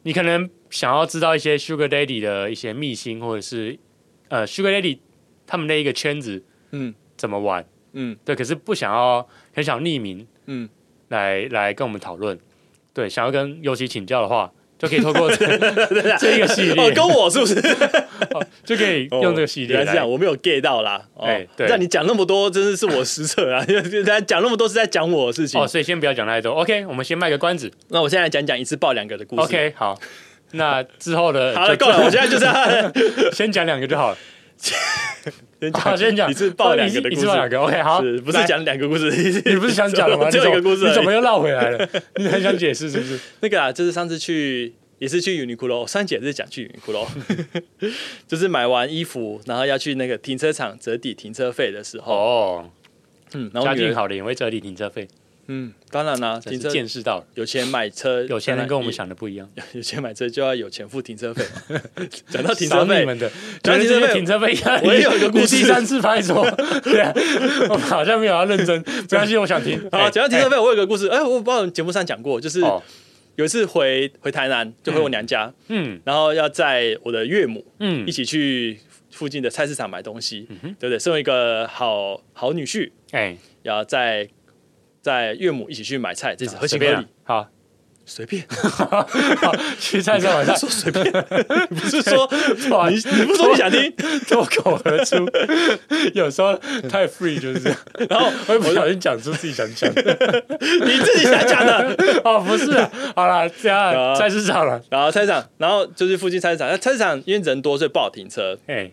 Speaker 2: 你可能想要知道一些 Sugar Daddy 的一些秘辛，或者是呃 Sugar Daddy 他们那一个圈子
Speaker 1: 嗯
Speaker 2: 怎么玩，
Speaker 1: 嗯
Speaker 2: 对，可是不想要很想匿名
Speaker 1: 嗯，
Speaker 2: 来来跟我们讨论，对，想要跟尤其请教的话，就可以透过 这这一个系
Speaker 1: 哦
Speaker 2: 列，，哦
Speaker 1: 跟我是不是哦
Speaker 2: 就可以 用这个系列
Speaker 1: 原来是这
Speaker 2: 来
Speaker 1: 样，。我没有 get 到啦。哦
Speaker 2: 哎，对
Speaker 1: 让你讲那么多，真的是我失策 啊！大家讲那么多是在讲我的事情
Speaker 2: 哦，。所以先不要讲太多，OK，我们先卖个关子
Speaker 1: 那我现在讲讲一次爆两个的故事。
Speaker 2: ，OK，好。那之后的
Speaker 1: 好了，
Speaker 2: 就
Speaker 1: 够了，我现在就这样。
Speaker 2: 先讲两个就好了。
Speaker 1: 先
Speaker 2: 好，先 讲
Speaker 1: 一次爆两
Speaker 2: 哦
Speaker 1: 个的
Speaker 2: 一
Speaker 1: 故
Speaker 2: 次一次爆
Speaker 1: 事。
Speaker 2: 两个，OK，好，
Speaker 1: 是不
Speaker 2: 来
Speaker 1: 是讲两个故事？
Speaker 2: 你不是想讲 了吗？
Speaker 1: 只有一个
Speaker 2: 你怎
Speaker 1: 故
Speaker 2: 么
Speaker 1: 事而已。
Speaker 2: 你怎么又绕回来了？你很想解释是 不是？
Speaker 1: 那个啊，就是上次去也是去 Uniqlo，三姐是讲去 Uniqlo，就是买完衣服，然后要去那个停车场折抵停车费的时候，
Speaker 2: 哦，
Speaker 1: 嗯，然后
Speaker 2: 家
Speaker 1: 我女
Speaker 2: 境
Speaker 1: 儿，
Speaker 2: 好的也会折抵停车费，
Speaker 1: 嗯，当然啦、
Speaker 2: 真
Speaker 1: 停
Speaker 2: 是
Speaker 1: 车哎
Speaker 2: 见识到了，
Speaker 1: 有钱买车，
Speaker 2: 有钱人跟我们
Speaker 1: 当
Speaker 2: 想的不一样。
Speaker 1: 然有，有钱买车就要有钱付停车费嘛。 讲到停
Speaker 2: 扫
Speaker 1: 车
Speaker 2: 你
Speaker 1: 费，
Speaker 2: 们的，
Speaker 1: 讲
Speaker 2: 觉
Speaker 1: 到
Speaker 2: 得
Speaker 1: 停车
Speaker 2: 这
Speaker 1: 费
Speaker 2: 些停车费压力，
Speaker 1: 我也有一个故事
Speaker 2: 你第三次拍 桌，对啊，我们好像没有要认真，没关系，我想听。
Speaker 1: 好，
Speaker 2: 哎
Speaker 1: 讲到停车
Speaker 2: 哎
Speaker 1: 费，我有个故事，哎、我不知道节目上讲过，就是
Speaker 2: 哦，
Speaker 1: 有一次回回台南，就回我娘家，
Speaker 2: 嗯
Speaker 1: 然后要载我的岳母，
Speaker 2: 嗯
Speaker 1: 一，起去附近的菜市场买东西，对不对？身为一个好好女婿，
Speaker 2: 哎，
Speaker 1: 然后再在岳母一起去买菜，这是合情
Speaker 2: 随
Speaker 1: 合
Speaker 2: 便啊
Speaker 1: 理。
Speaker 2: 好，
Speaker 1: 随便，
Speaker 2: 去菜市场
Speaker 1: 他
Speaker 2: 上
Speaker 1: 说随便， 你不是 说
Speaker 2: 哇
Speaker 1: 你你不是说你想听？
Speaker 2: 脱口而出，有时候太 free 就是这样，
Speaker 1: 然后
Speaker 2: 会不小心讲出自己想 讲的。
Speaker 1: 你自己想讲的。
Speaker 2: 哦，不是啊，好了，这
Speaker 1: 啊
Speaker 2: 样菜市场了，
Speaker 1: 然后菜市场，然后就是附近菜市场，那菜市场因为人多，所以不好停车。
Speaker 2: 哎，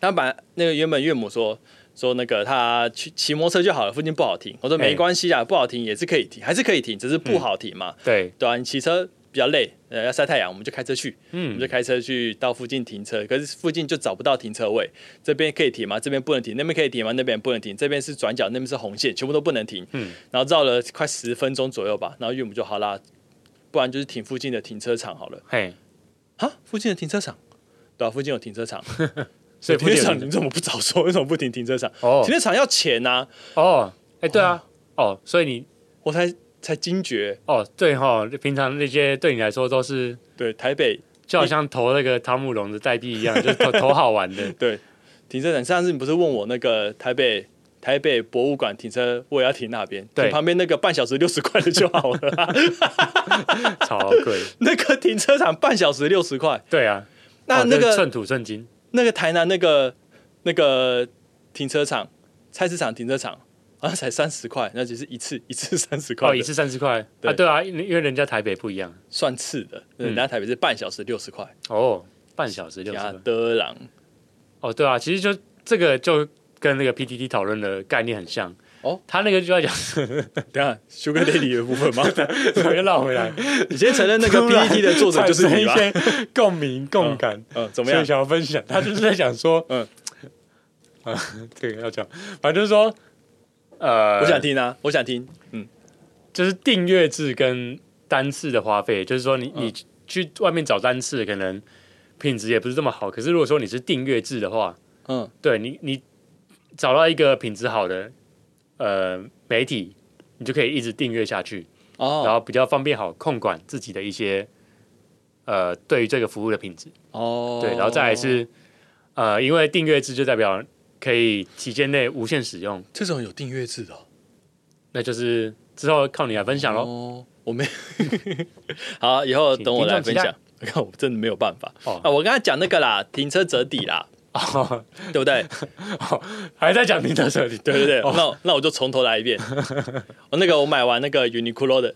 Speaker 1: 他把那个原本岳母说说那个他去骑摩托车就好了，附近不好停。我说
Speaker 2: 哎
Speaker 1: 没关系啊，不好停也是可以停，还是可以停，只是不好停嘛。
Speaker 2: 对，
Speaker 1: 对啊，你骑车比较累，呃，要晒太阳，我们就开车去，我
Speaker 2: 嗯
Speaker 1: 们就开车去到附近停车，可是附近就找不到停车位，这边可以停吗？这边不能停，那边可以停吗？那边不能停，这边是转角，那边是红线，全部都不能停。
Speaker 2: 嗯
Speaker 1: 然后绕了快十分钟左右吧，然后岳母就好啦，不然就是停附近的停车场好了。
Speaker 2: 嘿，
Speaker 1: 啊，附近的停车场，对啊，附近有停车 场，
Speaker 2: 所以不
Speaker 1: 停车
Speaker 2: 解
Speaker 1: 场
Speaker 2: 释
Speaker 1: 你怎么不早说？为什么不停停车场？
Speaker 2: 哦
Speaker 1: 停车场要钱呐、啊，
Speaker 2: 哦，哎，对啊，哦，所以你
Speaker 1: 我才才惊觉，
Speaker 2: 哦，对哈，平常那些对你来说都是
Speaker 1: 对，台北
Speaker 2: 就好像投那个汤姆 龙的代币一样，就是投投好玩的，
Speaker 1: 对，停车场。上次你不是问我那个台北台北博物馆停车我也要停那边，
Speaker 2: 对
Speaker 1: 停旁边那个半小时六十块的就好 了啊、
Speaker 2: 超贵。
Speaker 1: 那个停车场半小时六十块，
Speaker 2: 对啊，
Speaker 1: 那
Speaker 2: 哦
Speaker 1: 那
Speaker 2: 真
Speaker 1: 个、
Speaker 2: 是寸土寸金，
Speaker 1: 那个台南那个那个停车场菜市场停车场好像才三十块，那只是一次一次三十块
Speaker 2: 哦，
Speaker 1: 的，
Speaker 2: 一次三十块啊，
Speaker 1: 对
Speaker 2: 对啊，因因为人家台北不一样
Speaker 1: 算次的，
Speaker 2: 嗯
Speaker 1: 人家台北是半小时六十块，
Speaker 2: 哦，半小时六十
Speaker 1: 加
Speaker 2: 块
Speaker 1: 德朗
Speaker 2: 哦，对啊，其实就这个就跟那个 PTT 讨论的概念很像
Speaker 1: 哦，
Speaker 2: 他那个就要讲，
Speaker 1: 等一下 Sugar Daddy 的部分 吗？
Speaker 2: 又绕 回来，
Speaker 1: 你先承认那 个
Speaker 2: 突然
Speaker 1: PPT 的作者就是你吧？
Speaker 2: 产生一些共鸣共感，
Speaker 1: 嗯，怎么
Speaker 2: 所以
Speaker 1: 样？
Speaker 2: 想要分享，他就是在讲说，嗯
Speaker 1: 嗯，
Speaker 2: 啊，这个要讲，反正就是说，呃，
Speaker 1: 我想听啊，我想听。嗯，
Speaker 2: 就是订阅制跟单次的花费，就是说你
Speaker 1: 嗯
Speaker 2: 你去外面找单次，可能品质也不是这么好。可是如果说你是订阅制的话，
Speaker 1: 嗯
Speaker 2: 对你你找到一个品质好的呃媒体，你就可以一直订阅下去，然
Speaker 1: 哦
Speaker 2: 后比较方便好控管自己的一些呃对于这个服务的品质。
Speaker 1: 哦，
Speaker 2: 对，然后再来是呃，因为订阅制就代表可以期间内无限使用，
Speaker 1: 这种有订阅制的哦
Speaker 2: 那就是之后靠你来分享喽。
Speaker 1: 哦，我没 好，以后等我来分
Speaker 2: 请
Speaker 1: 享。我看我真的没有办法
Speaker 2: 哦
Speaker 1: 啊！我刚才讲那个啦，停车折抵啦，对不
Speaker 2: 哦
Speaker 1: 对？
Speaker 2: 还在讲停车设计，
Speaker 1: 对对对，那我那我就从头来一遍。 我那个我买完那个 Uniqlo 的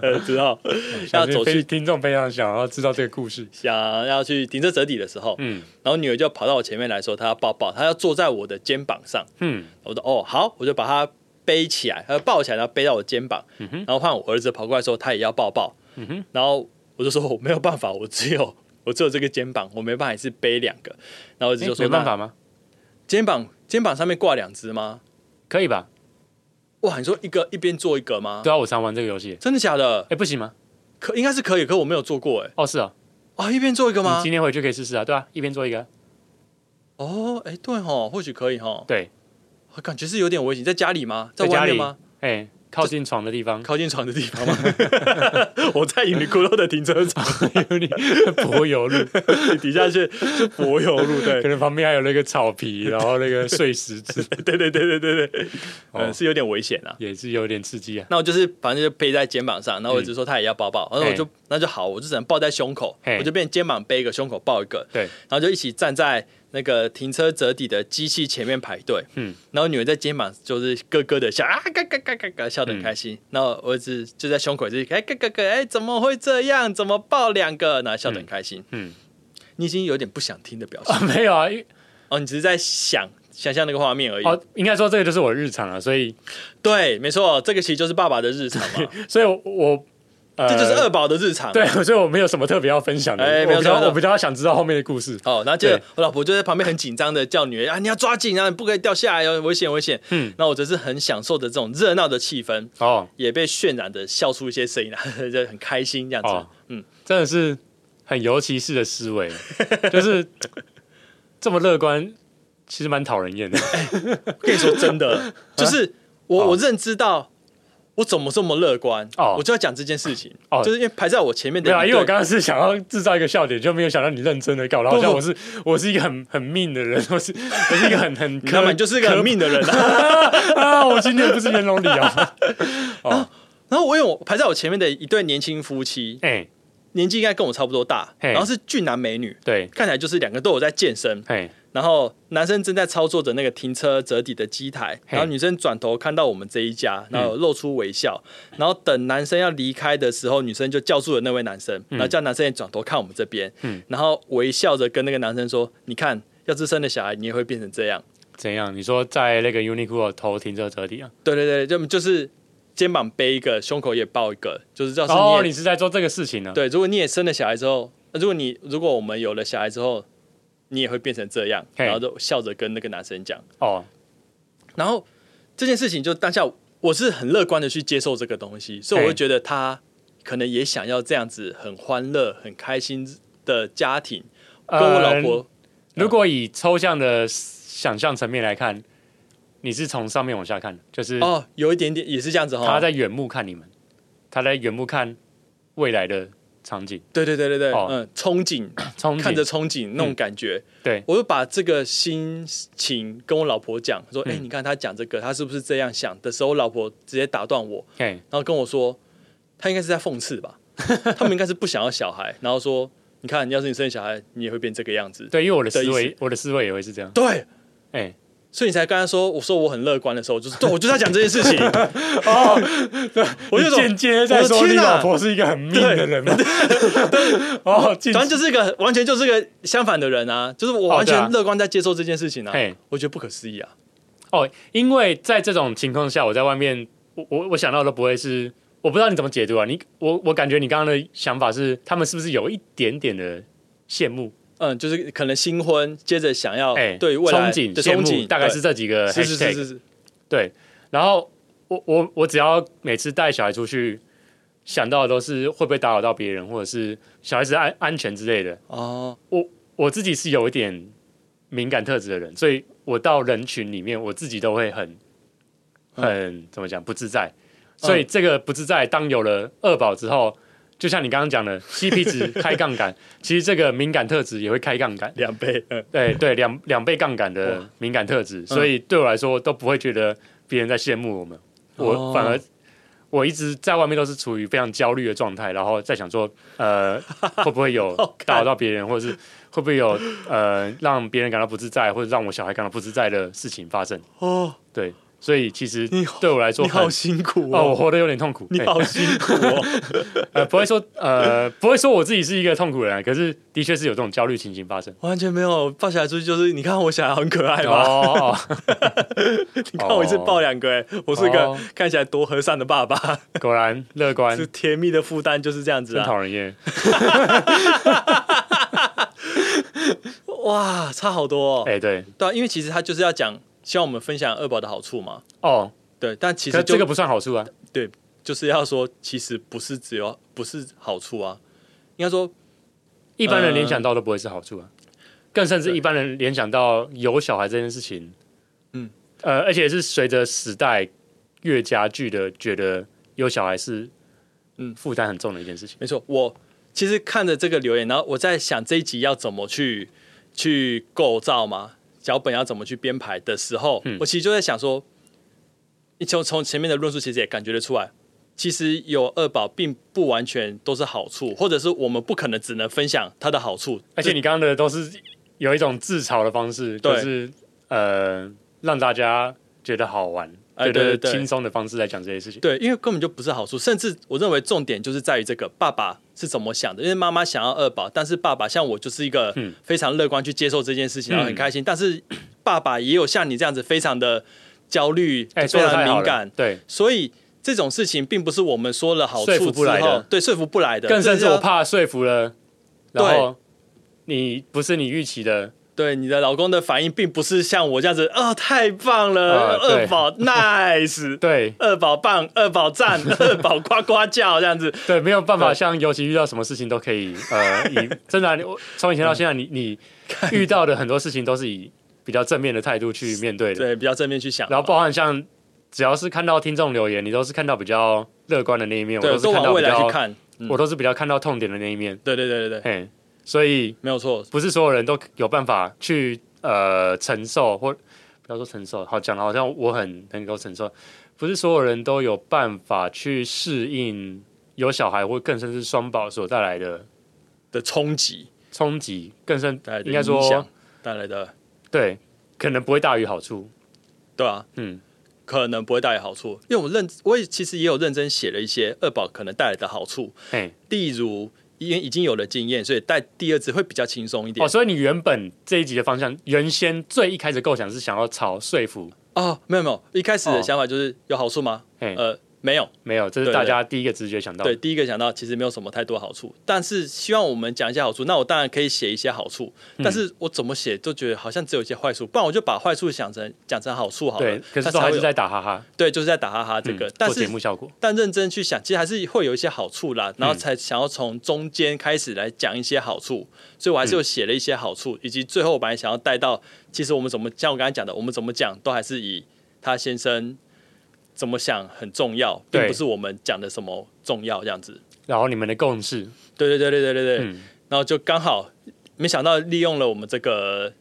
Speaker 1: 呃之
Speaker 2: 哦
Speaker 1: 后，要走去
Speaker 2: 听众非常想要知道这个故事。
Speaker 1: 想要去停车折抵的时候，
Speaker 2: 嗯
Speaker 1: 然后女儿就跑到我前面来说，她要抱抱，她要坐在我的肩膀上。
Speaker 2: 嗯，
Speaker 1: 我说哦好，我就把她背起来，呃抱起来，然后背到我肩膀，
Speaker 2: 嗯哼
Speaker 1: 然后换我儿子跑过来说他也要抱抱，
Speaker 2: 嗯哼
Speaker 1: 然后我就说我没有办法，我只有我只有这个肩膀，我没办法一次背两个，然后我儿子就
Speaker 2: 诶
Speaker 1: 说
Speaker 2: 没办，法
Speaker 1: 那
Speaker 2: 吗？
Speaker 1: 肩膀肩膀上面挂两只吗？
Speaker 2: 可以吧？
Speaker 1: 哇，你说一个一边做一个吗？
Speaker 2: 对啊，我常玩这个游戏。
Speaker 1: 真的假的？
Speaker 2: 哎，不行吗？
Speaker 1: 可应该是可以，可我没有做过哎、
Speaker 2: 哦，是啊，
Speaker 1: 啊，一边做一个
Speaker 2: 你
Speaker 1: 吗
Speaker 2: 今？天回去可以试试啊。对啊，一边做一个啊。
Speaker 1: 哦，哎、对吼，或许可以吼。
Speaker 2: 对，
Speaker 1: 啊感觉是有点危险，在家里吗？在
Speaker 2: 在家
Speaker 1: 外面
Speaker 2: 里
Speaker 1: 吗？
Speaker 2: 哎，靠近床的 地方，
Speaker 1: 靠近床的地方吗？ 我在你骷髅的停车场
Speaker 2: 有你柏油路，
Speaker 1: 底下是是柏油路，对
Speaker 2: 可能旁边还有那个草皮，然后那个碎石子，
Speaker 1: 对对对对对对，
Speaker 2: 哦
Speaker 1: 嗯，是有点危险啊。
Speaker 2: 也是有点刺 激啊。
Speaker 1: 那我就是反正就背在肩膀上，然后我就说他也要抱抱，然后我就那就好，我就只能抱在胸口
Speaker 2: 嘿，
Speaker 1: 我就变肩膀背一个，胸口抱一个，
Speaker 2: 对，
Speaker 1: 然后就一起站在那个停车折抵的机器前面排队，
Speaker 2: 嗯
Speaker 1: 嗯，然后女儿在肩膀就是咯咯的笑啊，嘎嘎嘎嘎嘎，笑得很开
Speaker 2: 嗯
Speaker 1: 心。然后儿子就在胸口就是哎咯咯咯，哎怎么会这样？怎么抱两个？然后笑得很开心。
Speaker 2: 嗯，
Speaker 1: 你已经有点不想听的表情
Speaker 2: 啊，没有啊，因为
Speaker 1: 哦，你只是在想想象那个画面而已。
Speaker 2: 哦，应该说这个就是我的日常了，啊所以，
Speaker 1: 对，没错，这个其实就是爸爸的日常 嘛，
Speaker 2: 所以我我，呃
Speaker 1: 这就是二宝的日常。
Speaker 2: 对，所以我没有什么特别要分享的。
Speaker 1: 哎没有
Speaker 2: 我比较
Speaker 1: 什么
Speaker 2: 我比较想知道后面的故事。
Speaker 1: 哦，然后接着
Speaker 2: 对
Speaker 1: 我老婆就在旁边很紧张的叫女儿啊，你要抓紧啊，你不可以掉下来哦，危险危险。
Speaker 2: 嗯
Speaker 1: 嗯，然后我则是很享受的这种热闹的气氛，
Speaker 2: 哦
Speaker 1: 也被渲染的笑出一些声音来， 就很开心这样子。
Speaker 2: 哦，
Speaker 1: 嗯，
Speaker 2: 真的是很尤其式的思 维，就是这么乐观，其实蛮讨人厌 的。
Speaker 1: 我跟你说真 的，就是我、
Speaker 2: 哦
Speaker 1: 我认知到。我怎么这么乐观？
Speaker 2: 哦
Speaker 1: 我就要讲这件事情，
Speaker 2: 哦
Speaker 1: 就是因为排在我前面的
Speaker 2: 对
Speaker 1: 一
Speaker 2: 啊，
Speaker 1: 队，
Speaker 2: 因为我刚刚是想要制造一个笑点，就没有想到你认真的搞得好像我是我是一个很很命的人，我是我是一个很 很
Speaker 1: 你根
Speaker 2: 科
Speaker 1: 本就是个很命的人啊。
Speaker 2: 啊！我今天不是袁隆礼啊！
Speaker 1: 然后我有排在我前面的一对年轻夫妻，
Speaker 2: 哎，
Speaker 1: 年纪应该跟我差不多大，
Speaker 2: 嘿
Speaker 1: 然后是俊男美女，
Speaker 2: 对，
Speaker 1: 看起来就是两个都有在健身，
Speaker 2: 哎，
Speaker 1: 然后男生正在操作着那个停车折抵的机台，
Speaker 2: 嘿
Speaker 1: 然后女生转头看到我们这一家，然后露出微笑，
Speaker 2: 嗯
Speaker 1: 然后等男生要离开的时候，女生就叫住了那位男生，然后叫男生也转头看我们这边，
Speaker 2: 嗯
Speaker 1: 然后微笑着跟那个男生说：“你看，要是生了小孩，你也会变成这样。
Speaker 2: 怎样？你说在那个 Uniqlo 头停车折抵啊？”
Speaker 1: 对对对，就就是肩膀背一个，胸口也抱一个，就是要是
Speaker 2: 哦，
Speaker 1: 你
Speaker 2: 你
Speaker 1: 也、
Speaker 2: 是在做这个事情呢？
Speaker 1: 对，如果你也生了小孩之后，呃如果你如果我们有了小孩之后，你也会变成这样，
Speaker 2: 嘿
Speaker 1: 然后就笑着跟那个男生讲。
Speaker 2: 哦，
Speaker 1: 然后这件事情就当下我是很乐观的去接受这个东西，所以我
Speaker 2: 嘿
Speaker 1: 会觉得他可能也想要这样子很欢乐、很开心的家庭，跟我老
Speaker 2: 呃
Speaker 1: 婆、
Speaker 2: 如果以抽象的想象层面来看，你是从上面往下看，就是
Speaker 1: 哦有一点点也是这样子哈、
Speaker 2: 他在远目看你们，他在远目看未来的场景，
Speaker 1: 对对对对对，
Speaker 2: 哦
Speaker 1: 嗯，憧憬，
Speaker 2: 憧
Speaker 1: 看着
Speaker 2: 憬，
Speaker 1: 憧憬那种感觉，
Speaker 2: 对，
Speaker 1: 我就把这个心情跟我老婆讲，说，
Speaker 2: 嗯
Speaker 1: 哎、你看他讲这个，他是不是这样想的时候，我老婆直接打断我，
Speaker 2: 嘿，
Speaker 1: 然后跟我说，他应该是在讽刺 吧，他们应该是不想要小孩，然后说，你看，要是你生小孩，你也会变这个样子，
Speaker 2: 对，因为我的思
Speaker 1: 的意
Speaker 2: 维，我的思维也会是这样，
Speaker 1: 对，
Speaker 2: 哎，
Speaker 1: 所以你才跟他说，我说我很乐观的时候，我就是对我就在讲这件事 情，
Speaker 2: 哦，
Speaker 1: 我就
Speaker 2: 你
Speaker 1: 说
Speaker 2: 间接在
Speaker 1: 我的
Speaker 2: 说你
Speaker 1: 天啊哪
Speaker 2: 老婆是一个很命的人嘛， 哦，进
Speaker 1: 反正就是一个完全就是个相反的人啊，就是我
Speaker 2: 哦
Speaker 1: 完
Speaker 2: 对啊
Speaker 1: 全乐观在接受这件事情啊，
Speaker 2: 嘿
Speaker 1: 我觉得不可思议啊，
Speaker 2: 哦，因为在这种情况下，我在外面，我我我想到的都不会是，我不知道你怎么解读啊。你我我感觉你刚刚的想法是，他们是不是有一点点的羡慕？
Speaker 1: 嗯，就是可能新婚，接着想要
Speaker 2: 哎、
Speaker 1: 哦对未来
Speaker 2: 憧憬、
Speaker 1: 的
Speaker 2: 羡
Speaker 1: 憧
Speaker 2: 慕
Speaker 1: 憬，
Speaker 2: 大概
Speaker 1: 对
Speaker 2: 是这几个 hashtag,
Speaker 1: 是是是是是，
Speaker 2: 对。然后我我我只要每次带小孩出去，想到的都是会不会打扰到别人，或者是小孩子安安全之类的。
Speaker 1: 哦，
Speaker 2: 我自己是有一点敏感特质的人，所以我到人群里面，我自己都会很很、怎么讲不自在。所以这个不自在，当有了二宝之后，就像你刚刚讲的 CP 值开杠杆， 其实这个敏感特质也会开杠杆。
Speaker 1: 两倍，嗯，
Speaker 2: 对对，两两倍杠杆的敏感特质，所以对我来说都不会觉得别人在羡慕我们，我
Speaker 1: 哦
Speaker 2: 反而。我一直在外面都是处于非常焦虑的状态，然后在想说， 呃，会不会有
Speaker 1: 好看
Speaker 2: 打扰到别人，或者是会不会有呃让别人感到不自在，或者让我小孩感到不自在的事情发生？
Speaker 1: 哦，
Speaker 2: 对，所以其实
Speaker 1: 你好
Speaker 2: 对我来说
Speaker 1: 你
Speaker 2: 很，
Speaker 1: 好辛苦
Speaker 2: 哦，我
Speaker 1: 哦，
Speaker 2: 活得有点痛苦。
Speaker 1: 你
Speaker 2: 嘿
Speaker 1: 好辛苦 哦，
Speaker 2: 呃，不会说呃，不会说我自己是一个痛苦人啊，可是的确是有这种焦虑情形发生。
Speaker 1: 完全没有抱小孩出去，就是你看我小孩很可爱吧？
Speaker 2: 哦，哦
Speaker 1: 你看我一次抱两个，哎，我是个
Speaker 2: 哦
Speaker 1: 看起来多和善的爸 爸，
Speaker 2: 果然乐观
Speaker 1: 是，甜蜜的负担就是这样子
Speaker 2: 真
Speaker 1: 啊，
Speaker 2: 讨人厌。
Speaker 1: 哇，差好多哦
Speaker 2: 哎、，对，
Speaker 1: 对啊，因为其实他就是要讲，希望我们分享二宝的好处嘛，
Speaker 2: 哦，
Speaker 1: 对，但其
Speaker 2: 可
Speaker 1: 实
Speaker 2: 是这
Speaker 1: 就
Speaker 2: 个不算好处啊。
Speaker 1: 对，就是要说，其实不是只有不是好处啊，应该说
Speaker 2: 一般人
Speaker 1: 呃
Speaker 2: 联想到都不会是好处啊，更甚至
Speaker 1: 对
Speaker 2: 一般人联想到有小孩这件事情，
Speaker 1: 嗯，
Speaker 2: 呃，而且是随着时代越加剧的，觉得有小孩是
Speaker 1: 嗯
Speaker 2: 负担很重的一件事情。
Speaker 1: 没错，我其实看着这个留言，然后我在想这一集要怎么去去构造嘛，脚本要怎么去编排的时候，
Speaker 2: 嗯
Speaker 1: 我其实就在想说，你从从前面的论述其实也感觉得出来，其实有二宝并不完全都是好处，或者是我们不可能只能分享它的好处，
Speaker 2: 而且你刚刚的都是有一种自嘲的方式，就
Speaker 1: 对
Speaker 2: 是呃，让大家觉得好玩、
Speaker 1: 哎
Speaker 2: 觉得
Speaker 1: 对对对
Speaker 2: 轻松的方式来讲这些事情。
Speaker 1: 对，因为根本就不是好处，甚至我认为重点就是在于这个爸爸是怎么想的。因为妈妈想要二宝，但是爸爸像我就是一个
Speaker 2: 嗯
Speaker 1: 非常乐观去接受这件事情，然后很开心。但是 爸爸也有像你这样子非常的焦虑，
Speaker 2: 哎、
Speaker 1: 非
Speaker 2: 说的太
Speaker 1: 常
Speaker 2: 好
Speaker 1: 敏
Speaker 2: 了
Speaker 1: 感，
Speaker 2: 对，
Speaker 1: 所以这种事情并不是我们说了好处
Speaker 2: 说服不来
Speaker 1: 之后
Speaker 2: 的
Speaker 1: 对，说服不来的。
Speaker 2: 更甚至
Speaker 1: 这是
Speaker 2: 我
Speaker 1: 要
Speaker 2: 怕说服了，然
Speaker 1: 对
Speaker 2: 后你不是你预期的，
Speaker 1: 对你的老公的反应并不是像我这样子，哦，太棒了，
Speaker 2: 啊对
Speaker 1: 二 宝 nice，
Speaker 2: 对
Speaker 1: 二宝棒，二宝赞，二宝呱呱叫这样子。
Speaker 2: 对，没有办法
Speaker 1: 对
Speaker 2: 像尤其遇到什么事情都可以呃以 真的啊、你我从以前到现在，
Speaker 1: 嗯
Speaker 2: 你你遇到的很多事情都是以比较正面的态度去面对的，
Speaker 1: 对，比较正面去想嘛。
Speaker 2: 然后包含像只要是看到听众留言，你都是看到比较乐观的那一面，我
Speaker 1: 对，
Speaker 2: 都
Speaker 1: 我
Speaker 2: 是
Speaker 1: 都
Speaker 2: 看
Speaker 1: 往
Speaker 2: 到
Speaker 1: 未
Speaker 2: 比
Speaker 1: 来
Speaker 2: 较
Speaker 1: 去看。嗯
Speaker 2: 我都是比较看到痛点的那一面，
Speaker 1: 对对对对对，
Speaker 2: 嘿，所以
Speaker 1: 没有错。
Speaker 2: 不是所有人都有办法去呃承受或不要说承受，好讲的好像我很能够承受，不是所有人都有办法去适应有小孩或更甚至双宝所带来的
Speaker 1: 的冲击
Speaker 2: 冲击，更甚
Speaker 1: 带来的
Speaker 2: 应该
Speaker 1: 影
Speaker 2: 说
Speaker 1: 响带来的，
Speaker 2: 对，可能不会大于好处，
Speaker 1: 对啊，
Speaker 2: 嗯，
Speaker 1: 可能不会带来好处。因为我认，我也其实也有认真写了一些二宝可能带来的好处，
Speaker 2: 嘿，
Speaker 1: 例如因为已经有了经验，所以带第二次会比较轻松一点
Speaker 2: 哦，。所以你原本这一集的方向，原先最一开始构想是想要朝说服，
Speaker 1: 哦，没有没有，一开始
Speaker 2: 哦
Speaker 1: 的想法就是有好处吗？
Speaker 2: 嘿，
Speaker 1: 呃，没有。
Speaker 2: 没有，这是
Speaker 1: 对
Speaker 2: 大
Speaker 1: 对
Speaker 2: 家第一个直觉想到的
Speaker 1: 对，，第一个想到其实没有什么太多好处，但是希望我们讲一些好处。那我当然可以写一些好处，
Speaker 2: 嗯
Speaker 1: 但是我怎么写都觉得好像只有一些坏处，不然我就把坏处想成讲成好处好了。
Speaker 2: 对，可是
Speaker 1: 它
Speaker 2: 都
Speaker 1: 呃才
Speaker 2: 还
Speaker 1: 会
Speaker 2: 是
Speaker 1: 有
Speaker 2: 在打哈哈，
Speaker 1: 对，就是在打哈哈这个，
Speaker 2: 嗯
Speaker 1: 但
Speaker 2: 做节
Speaker 1: 是
Speaker 2: 目嗯效果，
Speaker 1: 但认真去想，其实还是会有一些好处啦，然后才想要从中间开始来讲一些好处，所以我还
Speaker 2: 嗯
Speaker 1: 是有写了一些好处，以及最后我本来想要带到，其实我们怎么像我刚才讲的，我们怎么讲都还是以他先生怎么想很重要，并
Speaker 2: 对
Speaker 1: 不是我们讲的什么重要这样子。
Speaker 2: 然后你们的共识，
Speaker 1: 对对对对对对对，
Speaker 2: 嗯，
Speaker 1: 然后就刚好没想到利用了我们这个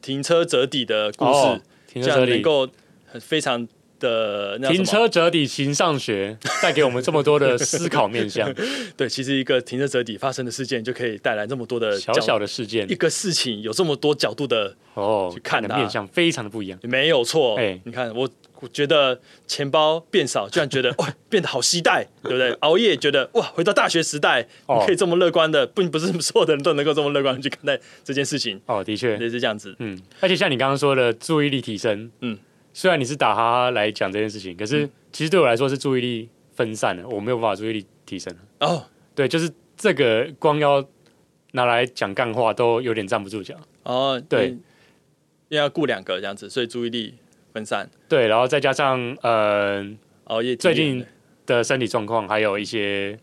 Speaker 1: 停车折抵的故事，
Speaker 2: 哦停
Speaker 1: 这
Speaker 2: 车折
Speaker 1: 样能
Speaker 2: 抵，
Speaker 1: 够很非常的那叫什
Speaker 2: 停
Speaker 1: 么
Speaker 2: 车折抵行 上学，带给我们这么多的思考面向，
Speaker 1: 对，其实一个停车折抵发生的事件就可以带来这么多的
Speaker 2: 小
Speaker 1: 角
Speaker 2: 小的事件
Speaker 1: 一个事情有这么多角度的，
Speaker 2: 哦，
Speaker 1: 去看
Speaker 2: 的
Speaker 1: 它
Speaker 2: 面向非常的不一样。
Speaker 1: 没有错。
Speaker 2: 哎
Speaker 1: 你看我。我觉得钱包变少，居然 觉得哇、变得好期待，对不对？熬夜觉得哇，回到大学时代，
Speaker 2: 哦
Speaker 1: 你可以这么乐观的，并不是所有的人都能够这么乐观的去看待这件事情，
Speaker 2: 哦，的确，
Speaker 1: 也是这样子。
Speaker 2: 嗯，而且像你刚刚说的注意力提升，
Speaker 1: 嗯，
Speaker 2: 虽然你是打哈哈来讲这件事情，可是其实对我来说是注意力分散了，我没有办法注意力提升了。
Speaker 1: 哦
Speaker 2: 对，就是这个光要拿来讲干话都有点站不住脚。
Speaker 1: 哦，因
Speaker 2: 对
Speaker 1: 为，因为要顾两个这样子，所以注意力分散，
Speaker 2: 对，然后再加上呃
Speaker 1: 熬夜。
Speaker 2: 最近的身体状况，还有一些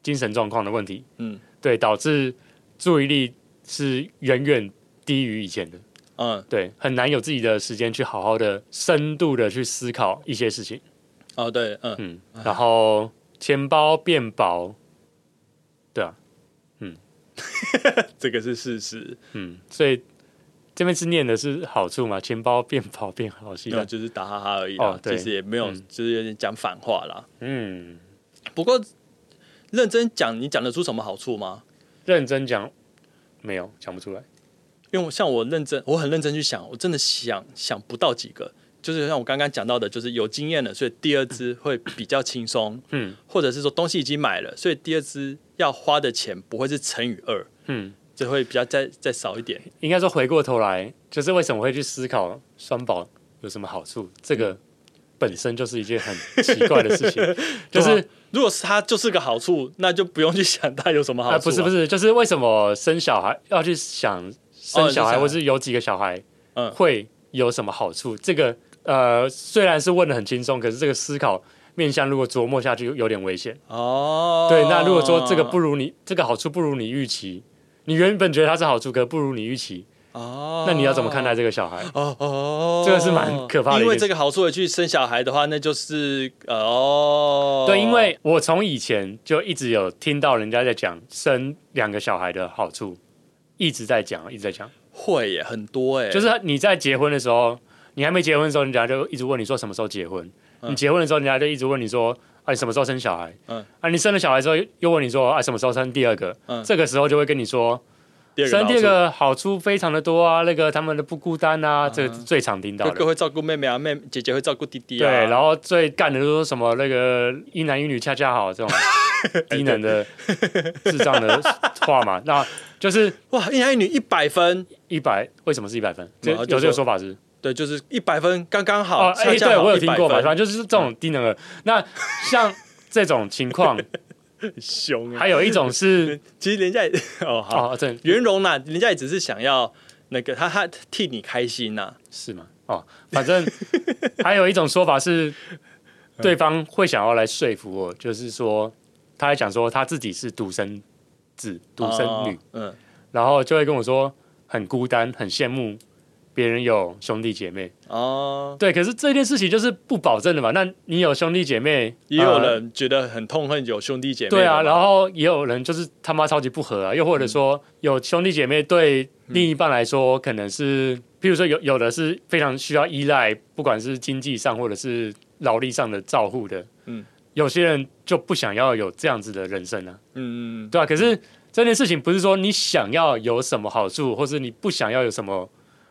Speaker 2: 精神状况的问题，
Speaker 1: 嗯
Speaker 2: 对，导致注意力是远远低于以前的。
Speaker 1: 嗯
Speaker 2: 对，很难有自己的时间去好好的、深度的去思考一些事情。
Speaker 1: 哦对嗯
Speaker 2: 嗯，然后钱包变薄，对啊，
Speaker 1: 这个是事实，
Speaker 2: 嗯，所以这边是念的是好处嘛，钱包变薄变好啊吸
Speaker 1: 没有
Speaker 2: 的，
Speaker 1: 就是打哈哈而已啦，
Speaker 2: 哦对
Speaker 1: 其实也没有，
Speaker 2: 嗯
Speaker 1: 就是有点讲反话啦。
Speaker 2: 嗯，
Speaker 1: 不过认真讲，你讲得出什么好处吗？
Speaker 2: 认真讲没有讲不出来，
Speaker 1: 因为我像我认真，我很认真去想，我真的想想不到几个。就是像我刚刚讲到的，就是有经验了，所以第二支会比较轻松，
Speaker 2: 嗯
Speaker 1: 或者是说东西已经买了，所以第二支要花的钱不会是乘以二，
Speaker 2: 嗯，
Speaker 1: 就会比较再再少一点。
Speaker 2: 应该说回过头来，就是为什么会去思考双保有什么好处，这个本身就是一件很奇怪的事情，就是
Speaker 1: 对啊如果是它就是个好处，那就不用去想它有什么好处、
Speaker 2: 啊，不是不
Speaker 1: 是，
Speaker 2: 是，就是为什么生小孩要去想生小
Speaker 1: 生小
Speaker 2: 孩，
Speaker 1: 孩
Speaker 2: 或是有几个小孩，
Speaker 1: 嗯
Speaker 2: 会有什么好处？这个呃，虽然是问的很轻松，可是这个思考面向如果琢磨下去有点危险。
Speaker 1: 哦，
Speaker 2: 对，那如果说这个不如你这个好处不如你预期，你原本觉得它是好处，可是不如你预期，
Speaker 1: 哦，
Speaker 2: 那你要怎么看待？这个小孩？
Speaker 1: 哦哦，
Speaker 2: 这个是蛮可怕的一件事
Speaker 1: 因为这个好处的去生小孩的话，那就是呃哦，
Speaker 2: 对，因为我从以前就一直有听到人家在讲生两个小孩的好处，一直在讲，一直在讲。
Speaker 1: 会耶很多哎，
Speaker 2: 就是你在结婚的时候，你还没结婚的时候，人家就一直问你说什么时候结婚；
Speaker 1: 嗯
Speaker 2: 你结婚的时候，人家就一直问你说啊你什么时候生小孩？
Speaker 1: 嗯
Speaker 2: 啊你生了小孩之后又又问你说啊什么时候生第二个？
Speaker 1: 嗯
Speaker 2: 这个时候就会跟你说
Speaker 1: 第二个
Speaker 2: 生
Speaker 1: 好处
Speaker 2: 第二个好处非常的多啊，那个他们的不孤单啊，
Speaker 1: 嗯
Speaker 2: 这个是最常听到
Speaker 1: 哥哥
Speaker 2: 的。
Speaker 1: 会照顾妹妹啊，妹姐姐会照顾弟弟啊，
Speaker 2: 对，然后最干的就是说什么那个一男一女恰恰好 这种低能的智障的 话嘛，那就是
Speaker 1: 哇，一男一女一百分，
Speaker 2: 一百为什么是一百分？这
Speaker 1: 然后
Speaker 2: 有
Speaker 1: 就
Speaker 2: 这个
Speaker 1: 说
Speaker 2: 说法是？
Speaker 1: 对，就是一百分刚刚好，
Speaker 2: 哦，
Speaker 1: 恰
Speaker 2: 哎，
Speaker 1: 恰
Speaker 2: 对
Speaker 1: 好
Speaker 2: 我有听过嘛，
Speaker 1: 100分
Speaker 2: 反正就是这种低能儿。那像这种情 况，
Speaker 1: 很凶哎，
Speaker 2: 还有一种是
Speaker 1: 其实人家也哦 好
Speaker 2: 哦，这
Speaker 1: 圆融啦，人家也只是想要那个他他替你开心啊呐，
Speaker 2: 是吗？哦，反正还有一种说法是，
Speaker 1: 嗯
Speaker 2: 对方会想要来说服我，就是说他还讲说他自己是独生子、独生女
Speaker 1: 哦，，嗯
Speaker 2: 然后就会跟我说很孤单，很羡慕别人有兄弟姐妹。
Speaker 1: 哦，
Speaker 2: 对，可是这件事情就是不保证的嘛。那你有兄弟姐妹，
Speaker 1: 也有
Speaker 2: 呃
Speaker 1: 人觉得很痛恨有兄弟姐妹的嘛，
Speaker 2: 对啊，然后也有人就是他妈超级不和啊，又或者说
Speaker 1: 嗯
Speaker 2: 有兄弟姐妹对另一半来说，可能是，譬如说有有的是非常需要依赖，不管是经济上或者是劳力上的照护的，
Speaker 1: 嗯，
Speaker 2: 有些人就不想要有这样子的人生啊，
Speaker 1: 嗯嗯嗯
Speaker 2: 对啊，可是这件事情不是说你想要有什么好处，或是你不想要有什么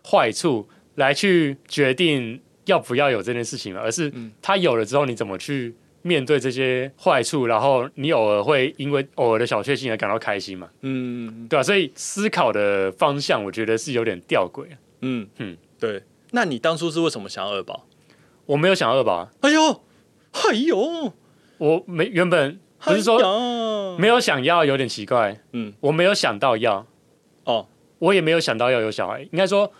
Speaker 2: 坏处来去决定要不要有这件事情嘛，而是
Speaker 1: 嗯
Speaker 2: 它有了之后，你怎么去面对这些坏处，然后你偶尔会因为偶尔的小确幸而感到开心嘛，
Speaker 1: 嗯嗯。
Speaker 2: 对啊，所以思考的方向，我觉得是有点吊诡。
Speaker 1: 嗯
Speaker 2: 嗯
Speaker 1: 嗯，对。那你当初是为什么想要二宝？
Speaker 2: 我没有想二宝啊，
Speaker 1: 哎呦，哎呦，
Speaker 2: 我没原本不
Speaker 1: 哎哦
Speaker 2: 是说
Speaker 1: 呦
Speaker 2: 没有想要，有点奇怪，
Speaker 1: 嗯，
Speaker 2: 我没有想到要，
Speaker 1: 哦，
Speaker 2: 我也没有想到要有小孩。应该说，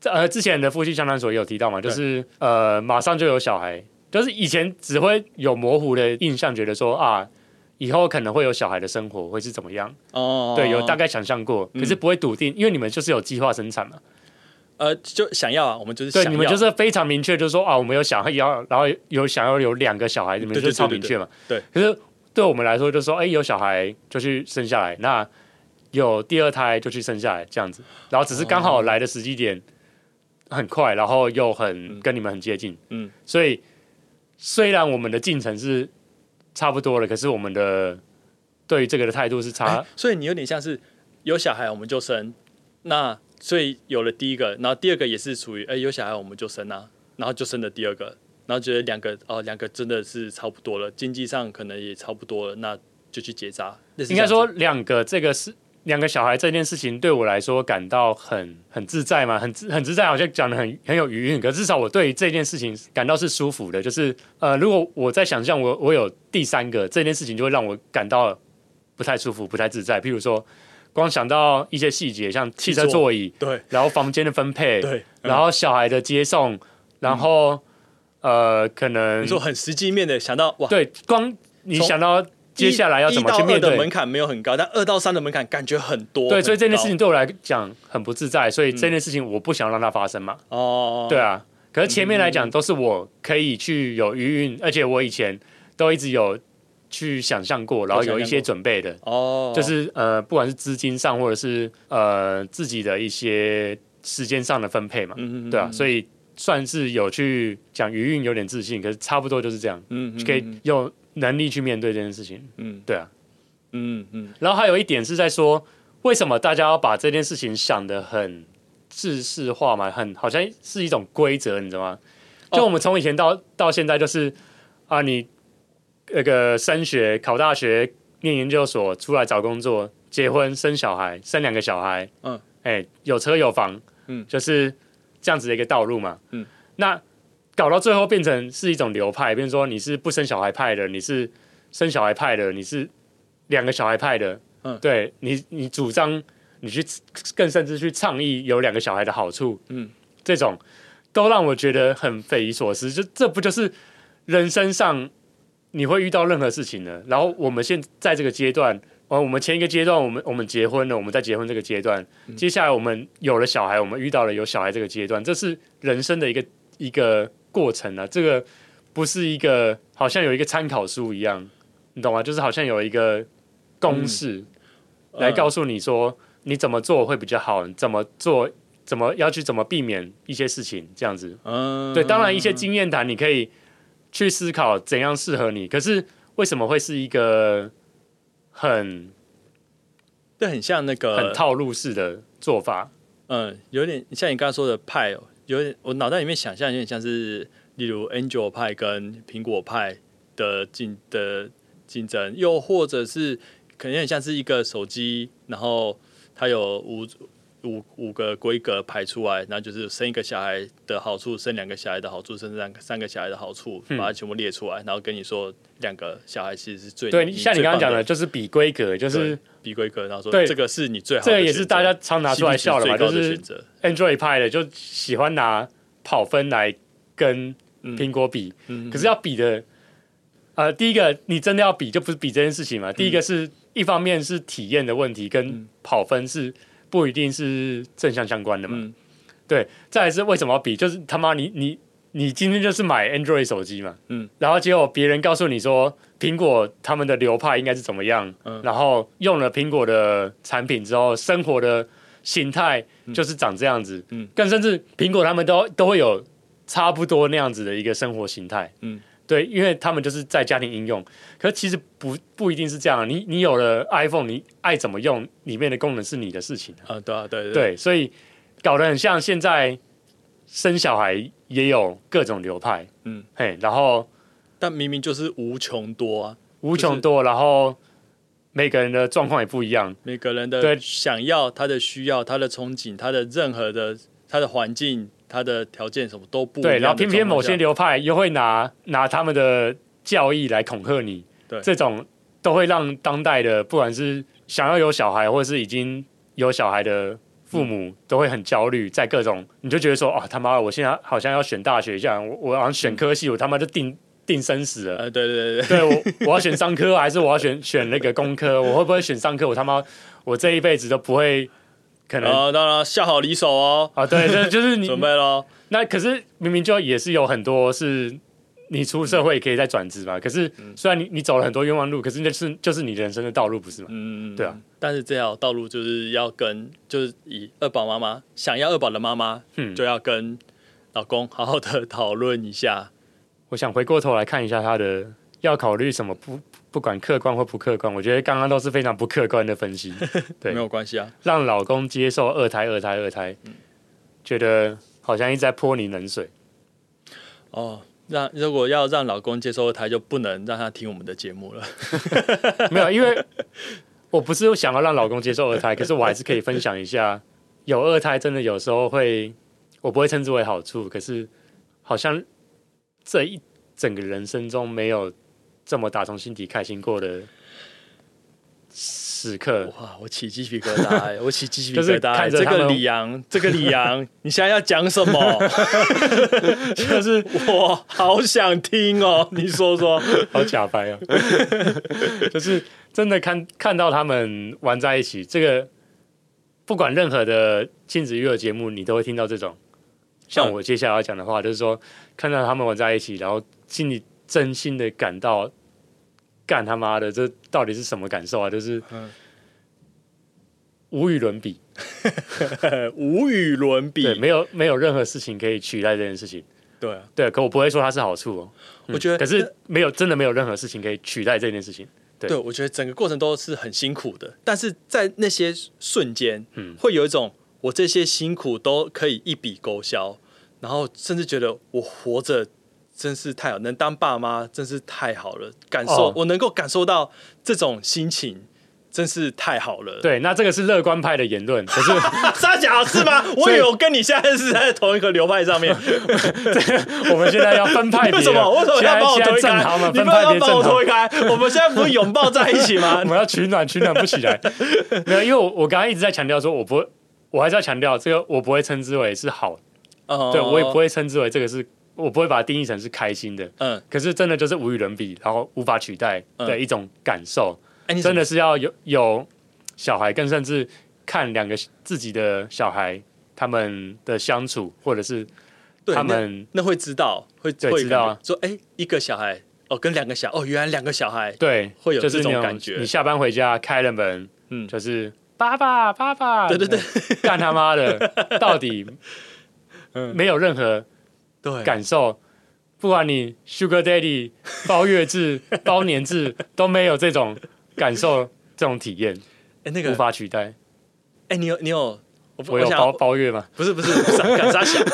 Speaker 2: 这呃，之前的夫妻相谈所也有提到嘛，就
Speaker 1: 对
Speaker 2: 是呃，马上就有小孩，就是以前只会有模糊的印象，觉得说啊，以后可能会有小孩的生活会是怎么样？
Speaker 1: 哦，
Speaker 2: 对，有大概想象过，
Speaker 1: 嗯
Speaker 2: 可是不会笃定，因为你们就是有计划生产嘛，
Speaker 1: 呃，就想要啊，我们就是
Speaker 2: 对，
Speaker 1: 想
Speaker 2: 你们
Speaker 1: 要
Speaker 2: 就是非常明确，就是说啊，我们有想要，然后有想要有两个小孩，你们
Speaker 1: 对
Speaker 2: 就
Speaker 1: 对
Speaker 2: 超
Speaker 1: 对
Speaker 2: 明
Speaker 1: 对
Speaker 2: 确嘛。
Speaker 1: 对
Speaker 2: 可是对我们来说，就说哎、有小孩就去生下来，那有第二胎就去生下来这样子，然后只是刚
Speaker 1: 哦
Speaker 2: 好来的时机点很快，然后又很跟你们很接近，
Speaker 1: 嗯，
Speaker 2: 所以虽然我们的进程是差不多了，可是我们的对于这个的态度是差
Speaker 1: 哎，所以你有点像是有小孩我们就生，那所以有了第一个，然后第二个也是属于哎有小孩我们就生啊，然后就生了第二个，然后觉得两个哦两个真的是差不多了，经济上可能也差不多了，那就去结扎。类似
Speaker 2: 应该
Speaker 1: 这样
Speaker 2: 说
Speaker 1: 子
Speaker 2: 两个这个是两个小孩这件事情对我来说感到很很自在嘛，很自很自在，好像讲的很很有余韵。可至少我对这件事情感到是舒服的，就是呃，如果我在想象我我有第三个这件事情，就会让我感到不太舒服、不太自在。譬如说，光想到一些细节，像汽车
Speaker 1: 气座
Speaker 2: 座椅，
Speaker 1: 对
Speaker 2: 然后房间的分配，
Speaker 1: 对，嗯
Speaker 2: 然后小孩的接送，然后、呃，可能
Speaker 1: 你说很实际面的想到哇，
Speaker 2: 对，光你
Speaker 1: 从
Speaker 2: 想到接下来要怎么
Speaker 1: 一
Speaker 2: 去
Speaker 1: 到二
Speaker 2: 面
Speaker 1: 的
Speaker 2: 对
Speaker 1: 门槛没有很高，但二到三的门槛感觉很多。
Speaker 2: 对，所以
Speaker 1: 很
Speaker 2: 这
Speaker 1: 高
Speaker 2: 件
Speaker 1: 嗯
Speaker 2: 事情对我来讲很不自在，所以这件事情我不想让它发生嘛。
Speaker 1: 哦，嗯
Speaker 2: 对啊，可是前面来讲都是我可以去有余韵，而且我以前都一直有去想象过，然后有一些准备的，
Speaker 1: 哦，
Speaker 2: 就是呃，不管是资金上或者是呃自己的一些时间上的分配嘛，
Speaker 1: 嗯
Speaker 2: 对啊，所以算是有去讲余韵，有点自信，可是差不多就是这样，
Speaker 1: 嗯
Speaker 2: 可以有能力去面对这件事情。
Speaker 1: 嗯
Speaker 2: 对啊，
Speaker 1: 嗯嗯
Speaker 2: 然后还有一点是在说，为什么大家要把这件事情想得很制式化嘛？很好像是一种规则，你知道吗？
Speaker 1: 哦
Speaker 2: 就我们从以前到到现在，就是啊，你那个升学、考大学、念研究所、出来找工作、结婚、生小孩、生两个小孩，
Speaker 1: 嗯，
Speaker 2: 哎，有车有房，
Speaker 1: 嗯
Speaker 2: 就是这样子的一个道路嘛，
Speaker 1: 嗯，
Speaker 2: 那搞到最后变成是一种流派，变成说你是不生小孩派的，你是生小孩派的，你是两个小孩派的，
Speaker 1: 嗯
Speaker 2: 对你，你主张你去更甚至去倡议有两个小孩的好处，
Speaker 1: 嗯，
Speaker 2: 这种都让我觉得很匪夷所思。就这不就是人生上你会遇到任何事情呢？然后我们现在这个阶段，哦，我们前一个阶段，我们我们结婚了，我们在结婚这个阶段，接下来我们有了小孩，我们遇到了有小孩这个阶段，这是人生的一个一个过程啊。这个不是一个好像有一个参考书一样，你懂吗？就是好像有一个公式。
Speaker 1: 嗯
Speaker 2: 来告诉你说你怎么做会比较好，你怎么做，怎么要去怎么避免一些事情，这样子。
Speaker 1: 嗯
Speaker 2: 对，当然一些经验谈你可以去思考怎样适合你，可是为什么会是一个很
Speaker 1: 这很像那个
Speaker 2: 很套路式的做法？
Speaker 1: 嗯，有点像你刚刚说的派，哦，有点我脑袋里面想象有点像是，例如 Angel 派跟苹果派的竞的竞争，又或者是可能有点像是一个手机，然后它有五五五个规格排出来，然后就是生一个小孩的好处，生两个小孩的好处，生三个三个小孩的好处，
Speaker 2: 嗯
Speaker 1: 把它全部列出来，然后跟你说两个小孩其实是最
Speaker 2: 对，像你
Speaker 1: 最
Speaker 2: 刚刚
Speaker 1: 棒
Speaker 2: 讲的，
Speaker 1: 的，
Speaker 2: 就是比规格，就是
Speaker 1: 比规格，然后说
Speaker 2: 对
Speaker 1: 这个是你最好的
Speaker 2: 这
Speaker 1: 选择，
Speaker 2: 个也是大家常拿出来
Speaker 1: CP 值
Speaker 2: 笑的嘛，
Speaker 1: 最高
Speaker 2: 就
Speaker 1: 的
Speaker 2: 是
Speaker 1: 选择。
Speaker 2: Android 派的就喜欢拿跑分来跟苹果比，
Speaker 1: 嗯
Speaker 2: 可是要比的，呃，第一个你真的要比，就不是比这件事情嘛。
Speaker 1: 嗯
Speaker 2: 第一个是、一方面是体验的问题，跟跑分是不一定是正相相关的嘛。
Speaker 1: 嗯
Speaker 2: 对，再来是为什么要比，就是他妈你你你今天就是买 Android 手机嘛，
Speaker 1: 嗯，
Speaker 2: 然后结果别人告诉你说苹果他们的流派应该是怎么样，
Speaker 1: 嗯
Speaker 2: 然后用了苹果的产品之后，生活的形态就是长这样子，
Speaker 1: 嗯，
Speaker 2: 更甚至苹果他们都都会有差不多那样子的一个生活形态，
Speaker 1: 嗯，
Speaker 2: 对，因为他们就是在家庭应用，可是其实不不一定是这样啊，你你有了 iPhone，你爱怎么用里面的功能是你的事情啊。
Speaker 1: 啊，对啊，对对
Speaker 2: 对，所以搞得很像现在生小孩也有各种流派，
Speaker 1: 嗯，
Speaker 2: 嘿，然后
Speaker 1: 但明明就是无穷多啊，
Speaker 2: 无穷多，然后每个人的状况也不一样，
Speaker 1: 每个人
Speaker 2: 对
Speaker 1: 的想要、他的需要、他的憧憬、他的任何的、他的环境、他的条件什么都不一样的
Speaker 2: 对，然后偏偏某些
Speaker 1: 状况下
Speaker 2: 流派又会拿拿他们的教义来恐吓你，
Speaker 1: 对
Speaker 2: 这种都会让当代的不管是想要有小孩，或是已经有小孩的。父
Speaker 1: 嗯
Speaker 2: 母都会很焦虑，在各种你就觉得说啊他妈的，我现在好像要选大学一样，我我好像选科系，我他妈就定定生死 了。
Speaker 1: 呃，对对对对，
Speaker 2: 对我，我要选商科还是我要选选那个工科？我会不会选商科？我他妈，我这一辈子都不会可能
Speaker 1: 然
Speaker 2: 啊、
Speaker 1: 后当然下好离手哦，
Speaker 2: 对，这就是你
Speaker 1: 准备喽，
Speaker 2: 那可是明明就也是有很多是你出社会也可以再转职嘛。可是虽然你你走了很多冤枉路，可是那是就是你人生的道路，不是吗？
Speaker 1: 嗯，
Speaker 2: 对啊。
Speaker 1: 但是这条道路就是要跟，就是以二宝妈妈想要二宝的妈妈，
Speaker 2: 嗯
Speaker 1: 就要跟老公好好的讨论一下。
Speaker 2: 我想回过头来看一下他的要考虑什么不，不管客观或不客观，我觉得刚刚都是非常不客观的分析，对
Speaker 1: 没有关系啊。
Speaker 2: 让老公接受二胎、二胎、二胎，觉得好像一直在泼你冷水。
Speaker 1: 哦，让如果要让老公接受二胎，就不能让他听我们的节目了。
Speaker 2: 没有，因为我不是想要让老公接受二胎，可是我还是可以分享一下，有二胎真的有时候会，我不会称之为好处，可是好像这一整个人生中没有这么打从心底开心过的时刻。
Speaker 1: 哇，我起鸡皮疙瘩、欸，我起鸡皮
Speaker 2: 就是
Speaker 1: 疙瘩、
Speaker 2: 看着
Speaker 1: 这
Speaker 2: 他
Speaker 1: 个
Speaker 2: 们
Speaker 1: 李阳，这个李阳， 你现在要讲什么？ 就是我好想听 哦，你说说。
Speaker 2: 好假白啊！ 就是真的看看到他们玩在一起，这个不管任何的亲子育儿节目，你都会听到这种。像
Speaker 1: 嗯
Speaker 2: 我接下来要讲的话，就是说看到他们玩在一起，然后心里真心的感到，干他妈的，这到底是什么感受啊？就是
Speaker 1: 嗯
Speaker 2: 无与伦比，
Speaker 1: 无与伦比。
Speaker 2: 对，
Speaker 1: 对
Speaker 2: 没有没有任何事情可以取代这件事情。
Speaker 1: 啊，
Speaker 2: 对，可我不会说它是好处哦，
Speaker 1: 我觉得
Speaker 2: 可是没有真的没有任何事情可以取代这件事情。对
Speaker 1: 对，我觉得整个过程都是很辛苦的，但是在那些瞬间，
Speaker 2: 嗯
Speaker 1: 会有一种我这些辛苦都可以一笔勾销，然后甚至觉得我活着真是太好，能当爸妈真是太好了，感受、
Speaker 2: 哦
Speaker 1: 我能够感受到这种心情，真是太好了。，
Speaker 2: 对，那这个是乐观派的言论，可 是
Speaker 1: 沙假是 吗？我以为我跟你现在是在同一个流派上面，
Speaker 2: 我们现在要分派别了，啊
Speaker 1: 为什么？为什么
Speaker 2: 现
Speaker 1: 要
Speaker 2: 在
Speaker 1: 把我
Speaker 2: 现在
Speaker 1: 推
Speaker 2: 正
Speaker 1: 开
Speaker 2: 好嘛？？
Speaker 1: 你
Speaker 2: 分
Speaker 1: 不要
Speaker 2: 派别
Speaker 1: 把我
Speaker 2: 正好，
Speaker 1: 推开，我们现在不是拥抱在一起吗
Speaker 2: 我？们要取暖，取暖不起 来。没有，因为我我刚刚一直在强调说，我不会，我还是要强调这个，我不会称之为是好，对
Speaker 1: 对
Speaker 2: 我也不，会称之为这个是，我不会把它定义成是开心的。
Speaker 1: 嗯，
Speaker 2: 可是真的就是无与伦比，然后无法取代的
Speaker 1: 嗯
Speaker 2: 一种感受，
Speaker 1: 哎，你怎
Speaker 2: 真
Speaker 1: 么
Speaker 2: 的是要有有小孩，更甚至看两个自己的小孩他们的相处，或者是
Speaker 1: 对
Speaker 2: 他
Speaker 1: 那
Speaker 2: 们
Speaker 1: 那会知道，会
Speaker 2: 对
Speaker 1: 会
Speaker 2: 知道啊
Speaker 1: 感觉说，哎、一个小孩哦，跟两个小哦，原来两个小孩，
Speaker 2: 对，
Speaker 1: 会有
Speaker 2: 就是
Speaker 1: 这种
Speaker 2: 那
Speaker 1: 感觉
Speaker 2: 你下班回家开了门，
Speaker 1: 嗯
Speaker 2: 就是爸爸爸爸，
Speaker 1: 对对对，
Speaker 2: 干他妈 的，到底
Speaker 1: 嗯
Speaker 2: 没有任何
Speaker 1: 对，
Speaker 2: 感受，不管你 Sugar Daddy 包 月制、包年制都没有这种感受，这种体验
Speaker 1: 哎、那
Speaker 2: 无
Speaker 1: 个，哎、哎
Speaker 2: 法取代。
Speaker 1: 你有你有，我不
Speaker 2: 我有
Speaker 1: 想
Speaker 2: 包包月 吗？
Speaker 1: 不是不是，傻敢傻想，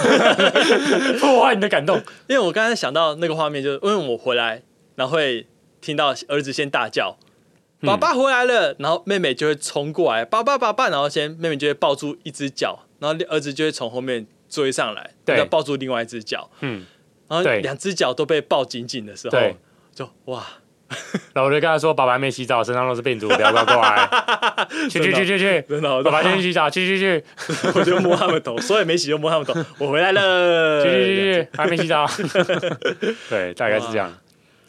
Speaker 2: 破坏你的感动，
Speaker 1: 因为我刚才想到那个画面，就是因为我回来，然后会听到儿子先大叫。
Speaker 2: 嗯
Speaker 1: 爸爸回来了，然后妹妹就会冲过来，爸爸爸爸，然后先妹妹就会抱住一只脚，然后儿子就会从后面追上来，
Speaker 2: 对
Speaker 1: 然后抱住另外一只脚，
Speaker 2: 嗯，
Speaker 1: 然后
Speaker 2: 对
Speaker 1: 两只脚都被抱紧紧的时候
Speaker 2: 对，
Speaker 1: 就哇，
Speaker 2: 然后我就跟他说：“爸爸还没洗澡，身上都是病毒，不要不要过来， 去去去去去，
Speaker 1: 真的，我就
Speaker 2: 爸爸先去洗澡，去去去
Speaker 1: 我就摸他们头，所以没洗就摸他们头。我回来 了，
Speaker 2: 去去去去，还没洗澡。” 对，大概是这样。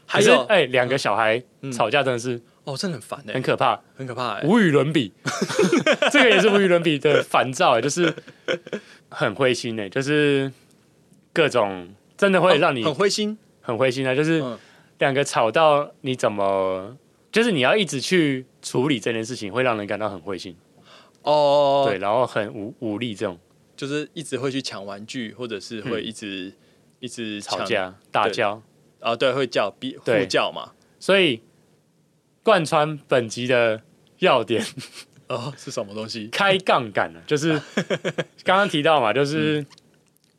Speaker 1: 还
Speaker 2: 可是
Speaker 1: 有嗯
Speaker 2: 哎，两、个小孩吵架真的是
Speaker 1: 哦，真的很烦哎、
Speaker 2: 很可怕，
Speaker 1: 很可怕哎、
Speaker 2: 无与伦比。 这个也是无与伦比的烦躁、哎就是很灰心哎、就是各种真的会让你
Speaker 1: 哦很灰心。
Speaker 2: 很灰心啊，就是
Speaker 1: 嗯
Speaker 2: 两个吵到你怎么，就是你要一直去处理这件事情，会让人感到很灰心，
Speaker 1: 哦，
Speaker 2: 对，，然后很无无力这种
Speaker 1: 就是一直会去抢玩具，或者是会一直、一直抢
Speaker 2: 嗯吵架大
Speaker 1: 对
Speaker 2: 叫，
Speaker 1: 啊，对，会叫比
Speaker 2: 对
Speaker 1: 互叫嘛。
Speaker 2: 所以贯穿本集的要点。
Speaker 1: 哦，是什么东西？
Speaker 2: 开杠杆 啊了，就是刚刚提到嘛，
Speaker 1: 嗯
Speaker 2: 就是、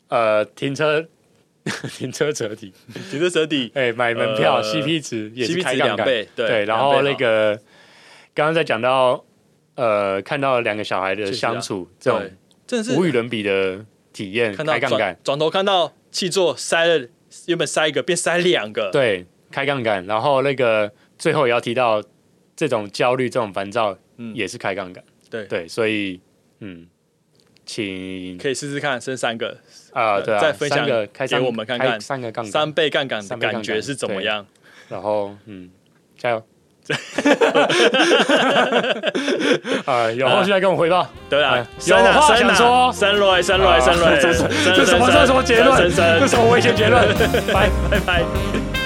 Speaker 2: 呃停车 停车折抵，
Speaker 1: 停车折抵
Speaker 2: 哎、买门票、
Speaker 1: 呃
Speaker 2: CP 值 也是
Speaker 1: ，CP
Speaker 2: 开
Speaker 1: 值
Speaker 2: 杠
Speaker 1: 两
Speaker 2: 杆，
Speaker 1: 倍，对
Speaker 2: 对，然后那个刚刚在讲到呃看到两个小孩的
Speaker 1: 是啊
Speaker 2: 相处、这
Speaker 1: 两倍好对
Speaker 2: 种，
Speaker 1: 真的
Speaker 2: 无与
Speaker 1: 是
Speaker 2: 伦比的体验，
Speaker 1: 看到
Speaker 2: 开杠杆
Speaker 1: 转，转头看到气座塞了，原本塞一个变塞两个，
Speaker 2: 对，开杠杆，然后那个最后也要提到这种焦虑、这种烦躁
Speaker 1: 嗯
Speaker 2: 也是开杠杆，
Speaker 1: 对
Speaker 2: 对，所以嗯，请
Speaker 1: 可以试试看，生三个，
Speaker 2: 啊，对啊，
Speaker 1: 再分享
Speaker 2: 三个开
Speaker 1: 给
Speaker 2: 三
Speaker 1: 我们看
Speaker 2: 开
Speaker 1: 看
Speaker 2: 三个杠杆，
Speaker 1: 三倍杠杆的
Speaker 2: 三倍杠
Speaker 1: 感
Speaker 2: 杆
Speaker 1: 觉是怎么
Speaker 2: 对
Speaker 1: 样？
Speaker 2: 然后嗯，加油，啊，有后续来跟我汇报。
Speaker 1: 对啊，
Speaker 2: 哎有
Speaker 1: 三啊
Speaker 2: 话
Speaker 1: 三
Speaker 2: 想
Speaker 1: 啊，
Speaker 2: 说
Speaker 1: 三来三哎 来三来，哎
Speaker 2: 这这这什么这什么结论？这什么危险结论？拜。
Speaker 1: 拜拜。